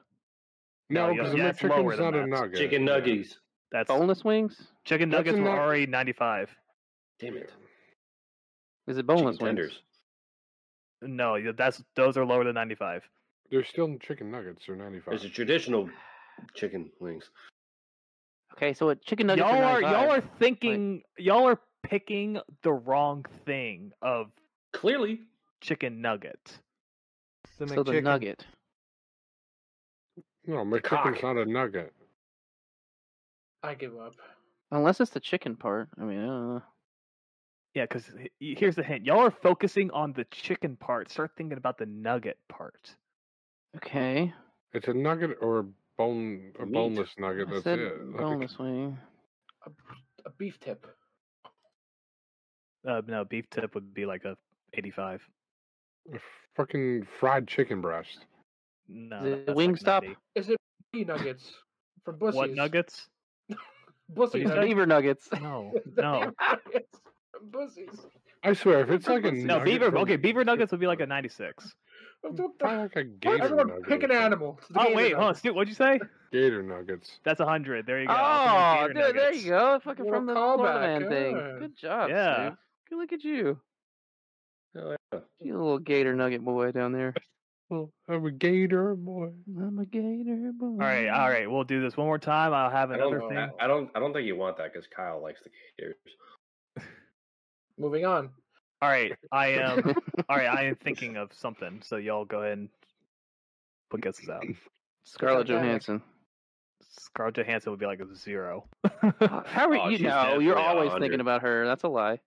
S7: No,
S2: No,
S7: yeah,
S2: because
S7: yeah,
S2: a
S7: it's lower
S2: McChicken's
S7: than
S2: not a
S7: that.
S2: nugget.
S4: Chicken
S2: Yeah.
S4: nuggies.
S7: That's
S1: Boneless wings?
S7: chicken
S2: that's a
S7: nuggets were
S2: nug-
S7: already 95.
S4: Damn it.
S1: Is it boneless
S4: chicken tenders.
S7: No, y- that's those are lower than 95.
S2: They're still chicken nuggets. They're ninety five.
S4: There's a traditional chicken wings.
S1: wings? Okay, so it chicken nuggets
S7: Y'all are y'all are
S1: 95.
S7: thinking y'all are picking the wrong thing of
S4: Clearly.
S7: chicken nugget.
S6: The
S1: so the
S6: McChicken.
S1: nugget.
S2: No,
S4: The cock.
S2: McChicken's not a nugget.
S5: I give up.
S1: Unless it's the chicken part. I mean, uh, I don't know.
S7: Yeah, because here's the hint. Y'all are focusing on the chicken part. Start thinking about the nugget part.
S1: Okay.
S2: It's a nugget or a bone, a
S4: Meat.
S2: boneless nugget.
S1: I
S2: That's
S1: said
S2: it. Like,
S1: boneless wing.
S5: A, a beef tip.
S7: Uh, no, beef tip would be like a 85.
S2: a fucking fried chicken breast.
S7: No,
S1: Is it
S7: that's like
S1: Wingstop?
S7: 90.
S5: Is it pussy nuggets from Bussies?
S7: What nuggets?
S5: Bussy
S7: What'd you
S5: <laughs> nuggets.
S1: Beaver nuggets.
S7: No,
S1: <laughs>
S5: The
S7: no,
S5: nuggets from Bussies.
S2: I swear, if it's like a
S5: No,
S7: no.
S2: nugget
S7: Beaver.
S2: from-
S7: Okay, beaver nuggets would be like a 96.
S5: What the-
S2: Probably like a gator
S5: Everyone
S2: nugget.
S5: pick
S2: or
S5: an
S2: something.
S5: animal. It's the
S7: Mm, Oh
S5: gator
S7: wait, huh?
S5: nugget.
S7: Stu, what'd you say?
S2: Gator nuggets.
S7: That's a hundred. There you go. I'll
S1: Oh,
S7: think
S1: dude,
S7: of gator
S1: there
S7: nuggets.
S1: you go. Fucking
S5: Little
S1: from the Florida
S5: callback,
S1: man thing.
S5: yeah.
S1: Good job,
S7: Yeah.
S1: Steve. Good look at you.
S4: Oh, yeah.
S1: You little gator nugget boy down there.
S2: Well, I'm a gator boy.
S1: I'm a gator boy.
S7: All right, all right. We'll do this one more time. I'll have
S4: Mm-hmm. I don't,
S7: another thing.
S4: I, I don't. I don't think you want that because Kyle likes the gators.
S5: Moving on.
S7: All right, I
S4: <laughs>
S7: am. all right, I am thinking of something. So y'all go ahead and put guesses
S4: <laughs>
S7: out.
S1: <laughs> Scarlett
S5: Titanic.
S1: Johansson.
S7: Scarlett Johansson would be like a zero.
S1: How are
S4: Oh,
S1: you?
S4: she's
S1: No, you're
S4: definitely a
S1: always
S4: hundred.
S1: thinking about her. That's a
S4: <laughs>
S1: lie.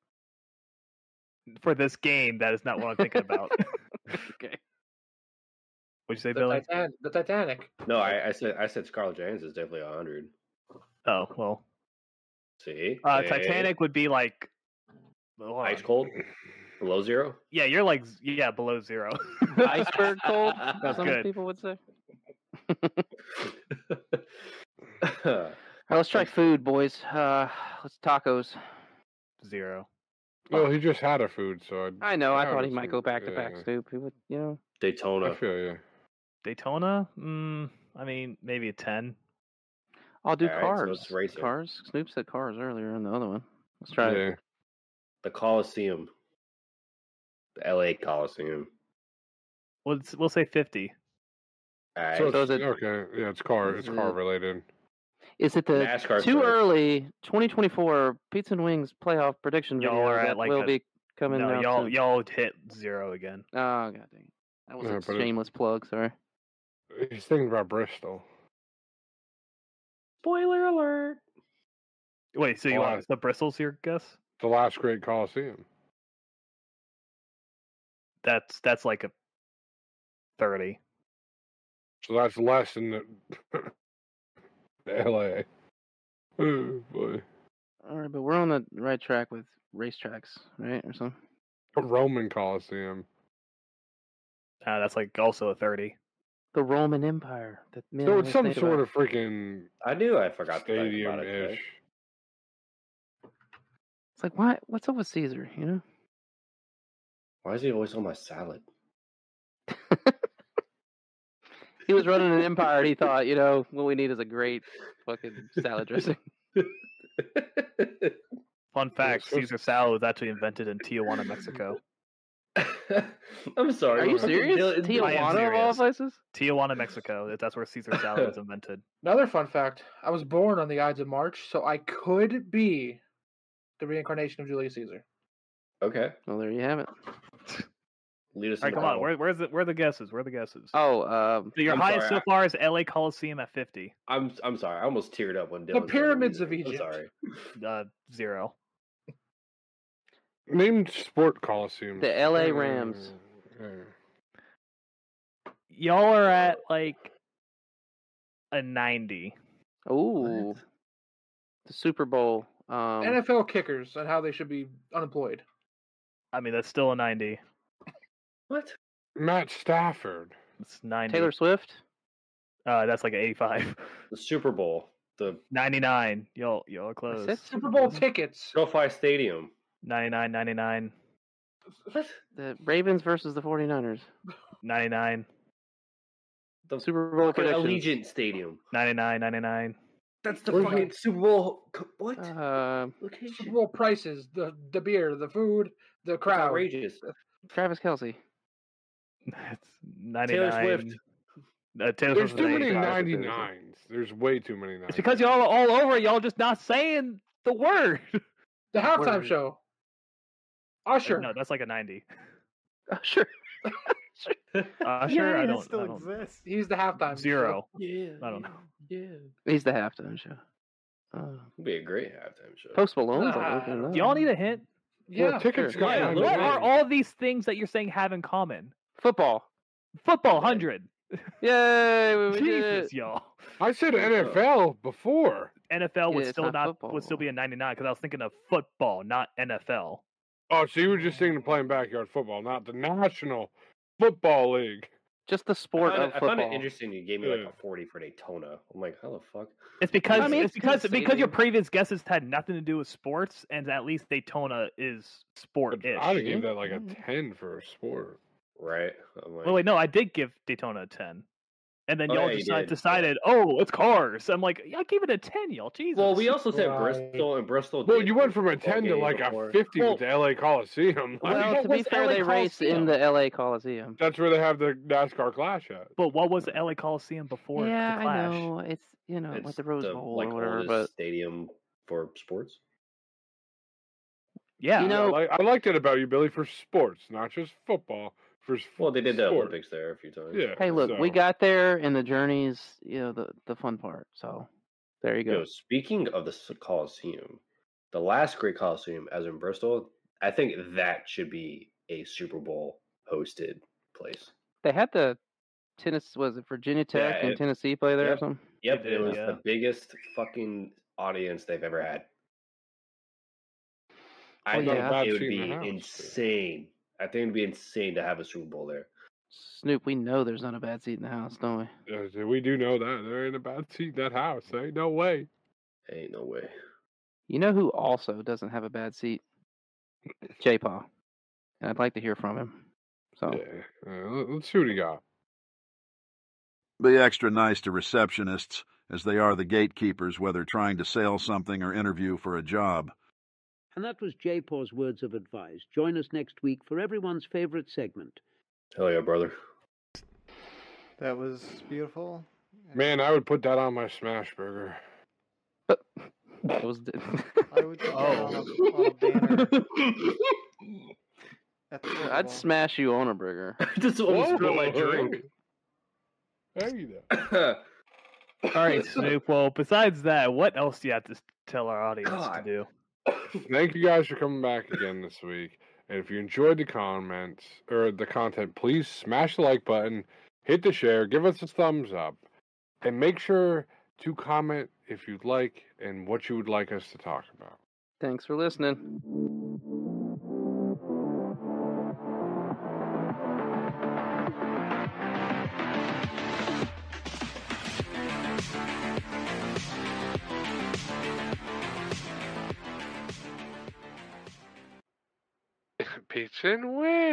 S7: For this game, that is not what I'm thinking
S4: <laughs>
S7: about.
S1: Okay.
S7: What'd you say,
S5: The,
S7: Billy?
S5: Titan- the Titanic.
S4: No, I, I said. I said Scarlett Johansson is definitely a hundred.
S7: Oh well,
S4: See,
S7: uh,
S4: See?
S7: Titanic would be like. hold
S4: Ice
S7: on.
S4: cold, below zero.
S1: <laughs>
S4: <laughs>
S7: Yeah, you're like z- yeah below zero. <laughs>
S1: Iceberg
S4: <laughs>
S1: cold.
S7: That's
S1: some
S7: good.
S1: people would say.
S4: All
S1: All right, let's try food, boys. Uh, let's tacos.
S7: zero.
S2: Well, he just had a food, so I'd,
S1: I know. I
S2: Yeah,
S1: thought he
S2: that's
S1: might
S2: a-
S1: go back to back,
S2: yeah.
S1: Stoop. He would, you know.
S2: I
S4: Daytona.
S2: feel you.
S7: Daytona. Mm, I mean, maybe a ten.
S1: I'll do
S4: All right, so
S1: cars.
S4: it's racing.
S1: cars. Snoop said cars earlier in the other one. Let's try it.
S2: Yeah.
S4: The Coliseum. The LA Coliseum.
S7: We'll we'll say fifty.
S4: All right.
S2: So,
S1: So Mm-hmm.
S2: it's,
S1: is it-
S2: okay, yeah, it's car, it's
S1: is
S2: car
S1: it-
S2: related.
S1: Is it the
S4: NASCAR
S1: too
S4: says-
S1: early 2024 Pizza and Wings playoff prediction
S7: Y'all
S1: video
S7: are at,
S1: that
S7: like,
S1: will
S7: a-
S1: be coming
S7: No,
S1: out
S7: y'all
S1: soon?
S7: y'all hit zero again.
S1: Oh, god dang it. That was
S2: Yeah,
S1: a
S2: but it-
S1: shameless plug, sorry.
S2: He's thinking about Bristol.
S4: Spoiler alert.
S7: Wait, so you
S2: Well,
S7: want the bristles your guess?
S2: The last great Coliseum.
S7: That's that's like a thirty.
S2: So that's less than the, <laughs> the LA. Oh, boy.
S1: All right, but we're on the right track with racetracks, right? Or something.
S2: A Roman Coliseum.
S7: Uh, that's like also a thirty.
S1: The Roman Empire. That men
S2: so
S1: always
S2: it's some
S1: think
S2: sort
S1: about.
S2: of freaking
S4: I knew I forgot to think
S2: stadium
S4: about it. today.
S2: ish.
S1: It's like, why? What's up with Caesar? You know,
S4: Why is he always on my salad? <laughs>
S1: he was running an empire, and he thought, you know, what we need is a great fucking
S7: <laughs>
S1: salad dressing.
S7: Fun fact:
S2: so-
S7: Caesar salad was actually invented in Tijuana, Mexico.
S4: I'm sorry.
S1: Are
S7: <laughs>
S1: you
S4: fucking
S1: serious?
S4: Dylan-
S7: I am
S1: Tijuana of all
S7: serious.
S1: places.
S7: Tijuana, Mexico. that- That's where Caesar salad was invented.
S5: Another fun fact. I was born on the Ides of March, so I could be the reincarnation of Julius Caesar.
S4: Okay.
S1: Well, there you have it.
S4: Lead
S7: All
S4: us
S7: right, come
S4: in the
S7: on.
S4: bottle.
S7: Where, where's the where are the guesses? Where are the guesses?
S1: Oh, um,
S7: so your
S4: Uh, I'm
S7: highest
S4: sorry,
S7: so far is L.A. Coliseum at fifty.
S4: I'm I'm sorry. I almost teared up when Dylan. said
S5: pyramids
S4: lead
S5: of
S4: us. I'm
S5: Egypt.
S4: sorry.
S7: Uh, zero.
S2: Named Sport Coliseum. Uh,
S1: The LA Rams.
S7: Y'all are at like a ninety.
S1: ooh, the Super Bowl. Um,
S5: NFL kickers and how they should be unemployed.
S7: I mean, that's still a ninety.
S4: What?
S2: Matt Stafford.
S7: It's ninety.
S1: Taylor Swift.
S7: Uh, that's like an eighty-five. <laughs>
S4: The Super Bowl. The
S7: Ninety-nine. Y'all y'all are
S1: I
S7: close.
S1: said
S5: Super Bowl tickets.
S4: SoFi Stadium.
S7: 99, 99,
S4: What?
S1: The Ravens versus the 49ers.
S7: 99,
S4: The
S1: Super Bowl
S4: fucking Allegiant
S1: predictions.
S4: Stadium.
S7: 99, 99.
S4: That's the
S5: Where's
S4: fucking Super Bowl. co- What?
S1: Uh,
S5: Super
S4: Location.
S5: Bowl prices, the the beer, the food, the
S4: That's
S5: crowd.
S4: outrageous.
S1: Travis Kelsey.
S7: <laughs> It's 99.
S4: Swift.
S7: Uh, Taylor
S2: There's
S7: Swift
S2: too
S7: was
S2: many
S7: 85.
S2: 99s. There's way too many 99s.
S7: It's because y'all are all over it. Y'all just not saying the word.
S5: The halftime
S1: Word.
S5: show. Usher.
S7: No, that's like a 90. <laughs>
S2: <laughs>
S1: Sure.
S7: Uh, sure, I
S6: that
S7: don't.
S6: still
S7: I don't
S6: exists.
S5: He's the halftime show.
S7: zero.
S4: Yeah.
S7: I don't know.
S1: He's the halftime show. Uh,
S4: It'd be a great halftime show.
S1: Post Malone's
S5: Ah,
S1: like looking it up.
S7: Do y'all need a hint?
S2: Well,
S5: Yeah.
S2: tickets
S1: sure.
S2: got
S4: Yeah,
S7: <laughs> what
S2: 99.
S7: are all these things that you're saying have in common?
S1: football?
S7: Football, 100.
S1: Yay! We, we did
S7: Jesus,
S1: it.
S7: y'all. <laughs>
S2: I said NFL before.
S7: NFL would
S1: Yeah, it's
S7: still
S1: not
S7: not
S1: football.
S7: would still be a 99 because I was thinking of football, not NFL.
S2: Oh, so you were just thinking of playing backyard football, not the National Football League.
S1: Just the
S4: I
S1: sport
S4: found,
S1: of
S4: it, I found it
S1: football.
S4: interesting. You gave me like
S2: Yeah.
S4: a forty for Daytona. I'm like, how the fuck?
S7: It's because
S1: I mean,
S7: it's
S1: it's
S7: because
S1: good
S7: because your
S1: saving.
S7: previous guesses had nothing to do with sports, and at least Daytona is
S2: But
S7: sport ish.
S2: I'd have gave that like a
S1: Mhm.
S2: ten for a sport.
S4: right? I'm like,
S7: Well, wait, no, I did give Daytona a ten, and then
S4: Oh,
S7: y'all
S4: yeah, you
S7: decide-
S4: did.
S7: decided, oh, it's cars. I'm like, yeah, I gave it a ten, y'all. Jesus.
S4: well, we also said
S5: Right.
S4: Bristol and Bristol.
S2: Well,
S4: did
S2: you went
S4: lose
S2: from a
S4: the ball
S2: ten to
S4: game
S2: like
S4: before.
S2: a fifty
S7: Well-
S2: with the LA Coliseum. <laughs> Like,
S7: Well,
S1: Well, to
S7: what
S1: be
S7: was
S1: fair,
S7: LA
S1: they race in
S7: Coliseum?
S1: the LA Coliseum.
S2: that's where they have the NASCAR Clash at.
S7: But what was the LA Coliseum before
S1: yeah,
S7: the Clash?
S1: I know it's you know like
S4: It's
S1: the Rose
S4: the,
S1: Bowl
S4: like,
S1: or whatever,
S4: oldest
S1: but
S4: stadium for sports.
S7: Yeah,
S1: You
S2: Yeah,
S1: know-
S2: I, like- I liked it about you, Billy, for sports, not just football. For s-
S4: Well, they did the
S2: sport.
S4: Olympics there a few times.
S2: Yeah.
S1: hey, look, we
S2: so-
S1: got there, and the journey's you know the the fun part. So there you go.
S4: Yo, speaking of the s- Coliseum, the last great Coliseum, as in Bristol, I think that should be a Super Bowl hosted place.
S1: They had the tennis was it Virginia Tech and
S4: it-
S1: Tennessee play there
S4: yep.
S1: or something.
S4: Yep,
S7: did,
S4: it was
S7: yeah.
S4: the biggest fucking audience they've ever had. I
S1: Well,
S4: think
S1: yeah.
S4: it would
S2: Seen the
S4: be
S2: house, too.
S4: insane. I think it would be insane to have a Super Bowl there.
S1: Snoop, we know there's not a bad seat in the house, don't we?
S2: Yeah, so Uh, we do know that there ain't a bad seat in that house. There ain't no way.
S4: Ain't no way.
S1: You know who also doesn't have a bad seat? J Paw. And I'd like to hear from him.
S4: Oh.
S1: So
S2: Yeah. Uh, let- let's see what he got.
S9: Be extra nice to receptionists, as they are the gatekeepers, whether trying to sell something or interview for a job.
S10: And that was J Paw's words of advice. Join us next week for everyone's favorite segment.
S4: Hell yeah, brother.
S6: That was beautiful.
S2: Man, I would put that on my smash burger.
S1: it was
S4: <laughs>
S6: I would put that
S7: Oh.
S6: on a- on a banner at the
S1: <laughs> <laughs>
S6: Super
S1: I'd
S6: Bowl.
S1: smash you on a burger.
S4: I just almost spilled my drink.
S2: Hey, hey there.
S7: All right, Snoop. Well, besides that, what else do you have to s- tell our audience to
S4: God.
S7: do?
S2: Thank you guys for coming back again this week. And if you enjoyed the comments or the content, please smash the like button, hit the share, give us a thumbs up, and make sure to comment if you'd like and what you would like us to talk about.
S1: Thanks for listening.
S2: Pizza and wings.